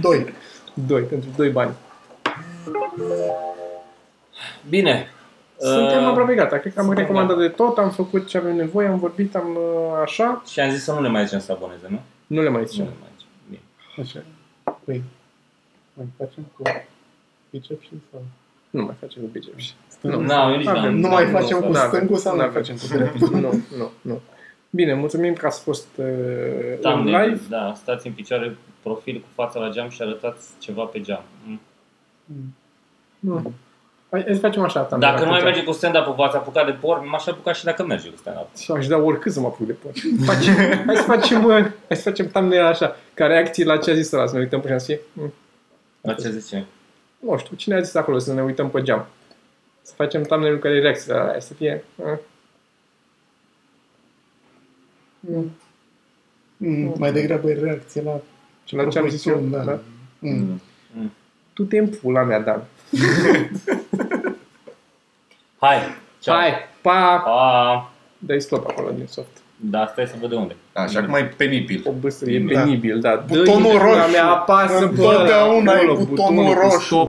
Doi.
Doi, pentru doi bani.
Bine.
Suntem
Uh,
aproape gata. Cred că am
suntem
recomandat de tot, am făcut ce avem nevoie, am vorbit, am uh, așa.
Și am zis să nu le mai zicem să se aboneze, nu?
Nu le mai
Nu
zicem.
le mai zicem. Bine.
Așa. Păi, mai facem cu bicep și sau...
Nu mai facem cu biceps.
Stângul.
Nu.
Nu, eu nici
Avem.
n-am-
Nu
n-am
mai
vrut
facem
să-
cu
n-avem.
stângul sau nu
N-avem.
facem cu dreptul?
nu, nu, nu. Bine, mulțumim că ați fost uh, în
Thumbnail,
live.
Da, stați în picioare, profil cu fața la geam și arătați ceva pe geam. Mm.
Nu. Hai, hai să facem așa, thumbnail,
Dacă nu mai
atunci.
merge cu stand-up-ul, v-ați apucat de porn, m-aș apuca și dacă merge cu stand-up.
Și aș da oricât să mă apuc de porc. Facem, hai să facem, uh, hai să facem thumbnail așa, ca reacții la ce a zis ăla, să ne uităm pe geam și "Mm,
La ce zice?
nu știu, cine a zis acolo să ne uităm pe geam. Să facem thumbnail care e reacția la aia, să fie... "Mm,
Mm, Mai degrabă e reacție la...
Și la ce am zis eu,
proporțiuni,
da.
Mm.
Tu te pula mea, Dan.
Hai! ceau.
Hai, pa!
Pa!
Dai stop acolo din soft.
Da, stai să văd de unde.
Așa cum mai penibil.
O bâsă, e
Da.
penibil, da. Dă-i
Butonul
de pula
roșu.
Mea, apasă pe ăla
Întotdeauna e
acolo,
butonul
butonul cu
roșu.
stop.